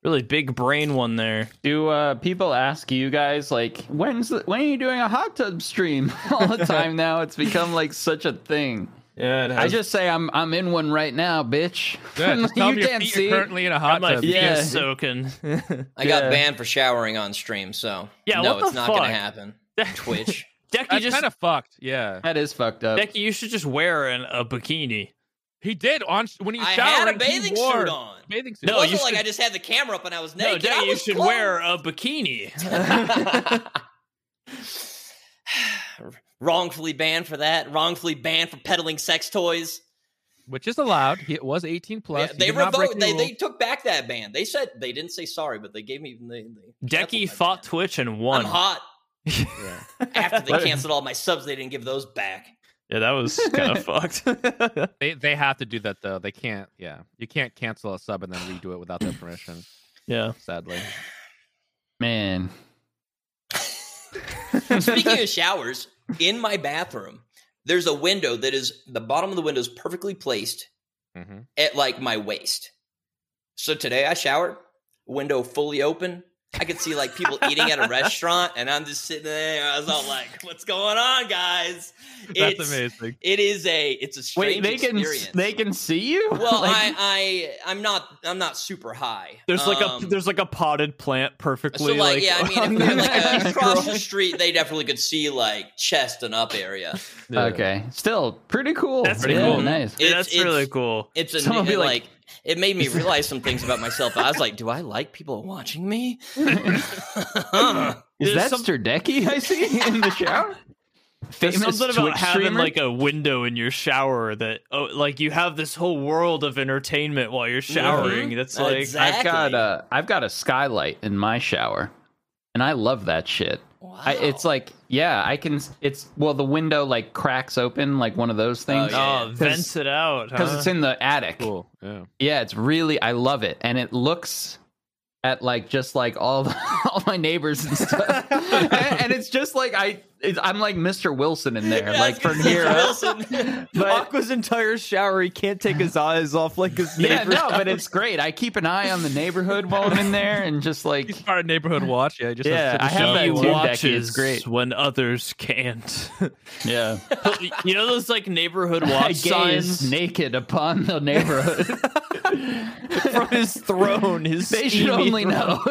S6: really big brain one there.
S2: do uh, people ask you guys like when's the, when are you doing a hot tub stream all the time now? It's become like such a thing.
S6: Yeah, it
S2: I just say I'm I'm in one right now, bitch.
S3: Good. Just tell
S2: you
S3: them your
S2: can't
S3: feet
S2: see.
S3: are currently in a
S1: I
S3: hot
S1: might
S3: tub.
S1: be
S2: Yeah.
S1: soaking.
S4: I got
S2: Yeah.
S4: banned for showering on stream, so
S1: Yeah,
S4: no,
S1: what the
S4: it's not going
S1: fuck?
S4: to happen. Twitch.
S1: Decky
S3: That's
S1: just
S3: kind of fucked. Yeah.
S2: That is fucked up.
S1: Becky, you should just wear an, a bikini.
S3: He did on when he
S4: I
S3: was
S4: had a
S3: showering.
S4: bathing
S3: he wore
S4: suit on.
S3: Bathing suit.
S4: it
S1: No,
S4: wasn't
S1: you
S4: like
S1: should-
S4: I just had the camera up and I was
S1: No,
S4: naked. I
S1: Decky, you
S4: was
S1: should
S4: clothed.
S1: wear a bikini.
S4: wrongfully banned for that. Wrongfully banned for peddling sex toys.
S3: Which is allowed. He, it was 18 plus.
S4: Yeah,
S3: He
S4: they
S3: did not break
S4: revoked.
S3: the
S4: They,
S3: rule.
S4: they took back that ban. They said they didn't say sorry, but they gave me. They, they
S1: Decky
S4: canceled my
S1: fought
S4: ban.
S1: Twitch and won.
S4: I'm hot.
S3: Yeah.
S4: After they
S2: Right.
S4: canceled all my subs, they didn't give those back.
S1: Yeah, that was kind of fucked.
S3: They they have to do that though. They can't. Yeah, you can't cancel a sub and then redo it without their permission.
S1: Yeah.
S3: Sadly,
S2: Man,
S4: Speaking of showers, in my bathroom, there's a window that is the bottom of the window is perfectly placed
S3: Mhm.
S4: at like my waist. So today I showered, window fully open. I could see like people eating at a restaurant, and I'm just sitting there. I was all like, "What's going on, guys?"
S3: that's
S4: It's-
S3: amazing.
S4: It is a it's a strange
S2: wait, they can
S4: experience.
S2: they can see you?
S4: well,
S2: Like-
S4: I I I'm not I'm not super high.
S1: There's like a
S4: Um,
S1: there's like a potted plant
S4: so
S1: perfectly
S4: like,
S1: like,
S4: yeah. I mean,
S1: on
S4: if we were
S1: the
S4: like
S1: back
S4: across
S1: row.
S4: the street, they definitely could see like chest and up area.
S2: okay, still pretty cool.
S1: That's
S2: Yeah,
S1: cool.
S2: Nice.
S1: Yeah,
S4: It's-
S1: that's
S4: it's-
S1: really cool.
S4: It's a
S2: Someone
S4: new,
S2: be
S4: like,
S2: like-
S4: it made me realize some things about myself. I was like, do I like people watching me?
S2: Is
S1: There's
S2: that
S1: some-
S2: Sterdeki I see in the shower?
S1: There's
S2: Famous
S1: something about
S2: Twitch
S1: having
S2: streamer?
S1: like a window in your shower that oh like you have this whole world of entertainment while you're showering.
S4: Mhm.
S1: That's like
S4: Exactly.
S2: I've got a I've got a skylight in my shower, and I love that shit.
S4: wow.
S2: I, it's like yeah, I can. It's well, the window like cracks open like one of those things.
S4: Oh, yeah.
S1: oh, vents it out.
S2: Because
S1: huh?
S2: it's in the attic.
S3: Cool. Yeah.
S2: Yeah, it's really I love it, and it looks at like just like all the, all my neighbors and stuff, and, and it's just like I it's, I'm like Mr. Wilson in there,
S4: Yeah, I was
S2: like
S4: gonna
S2: from
S4: say,
S2: here. up.
S4: Wilson.
S2: But
S6: Aqua's entire shower, he can't take his eyes off like his
S2: yeah,
S6: neighbor.
S2: no, but it's great. I keep an eye on the neighborhood while I'm in there, and just like
S3: He's part of neighborhood watch. Yeah. Just has
S2: Yeah,
S3: to-
S2: I have that
S1: he
S2: too, Becky.
S1: watches
S2: It's great.
S1: when others can't.
S2: yeah,
S1: you know those like neighborhood
S2: I
S1: watch
S2: gaze
S1: signs
S2: naked upon the neighborhood.
S1: from his throne. His
S2: they should
S1: steamy
S2: only
S1: throne.
S2: know.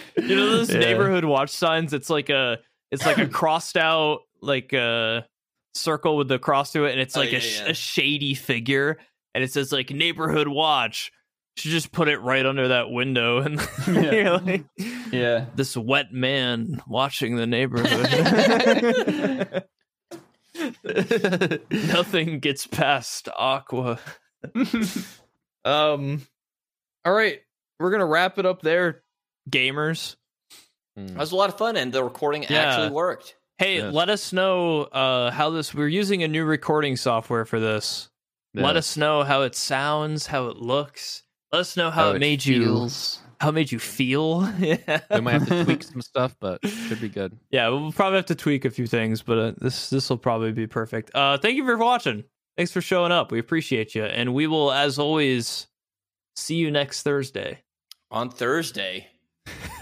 S1: You know those
S2: Yeah.
S1: neighborhood watch signs. It's like a it's like a crossed out like a circle with the cross through it, and it's
S4: Oh,
S1: like
S4: yeah,
S1: a, sh-
S4: yeah.
S1: a shady figure, and it says like neighborhood watch. Should just put it right under that window, and
S2: Yeah.
S1: you're like,
S2: yeah.
S1: this wet man watching the neighborhood. Nothing gets past Aqua.
S6: Um, all right, we're gonna wrap it up there.
S1: Gamers,
S3: Hmm.
S4: That was a lot of fun, and the recording
S1: Yeah.
S4: actually worked.
S1: Hey,
S3: Yes.
S1: let us know uh, how this. We're using a new recording software for this. Let
S3: Yeah.
S1: us know how it sounds, how it looks. Let us know how, it made you
S2: feels.
S1: how it made you feel. yeah.
S3: We might have to tweak some stuff, but should be good.
S1: yeah, we'll probably have to tweak a few things, but uh, this this will probably be perfect. Uh, thank you for watching. Thanks for showing up. We appreciate you, and we will, as always, see you next Thursday.
S4: On Thursday,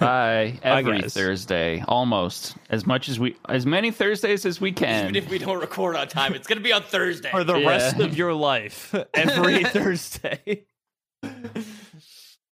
S2: Bye every
S1: guys.
S2: Thursday, almost as much as we, as many Thursdays as we
S4: even
S2: can.
S4: if we don't record on time, it's going to be on Thursday.
S1: For the
S2: Yeah.
S1: rest of your life, every Thursday.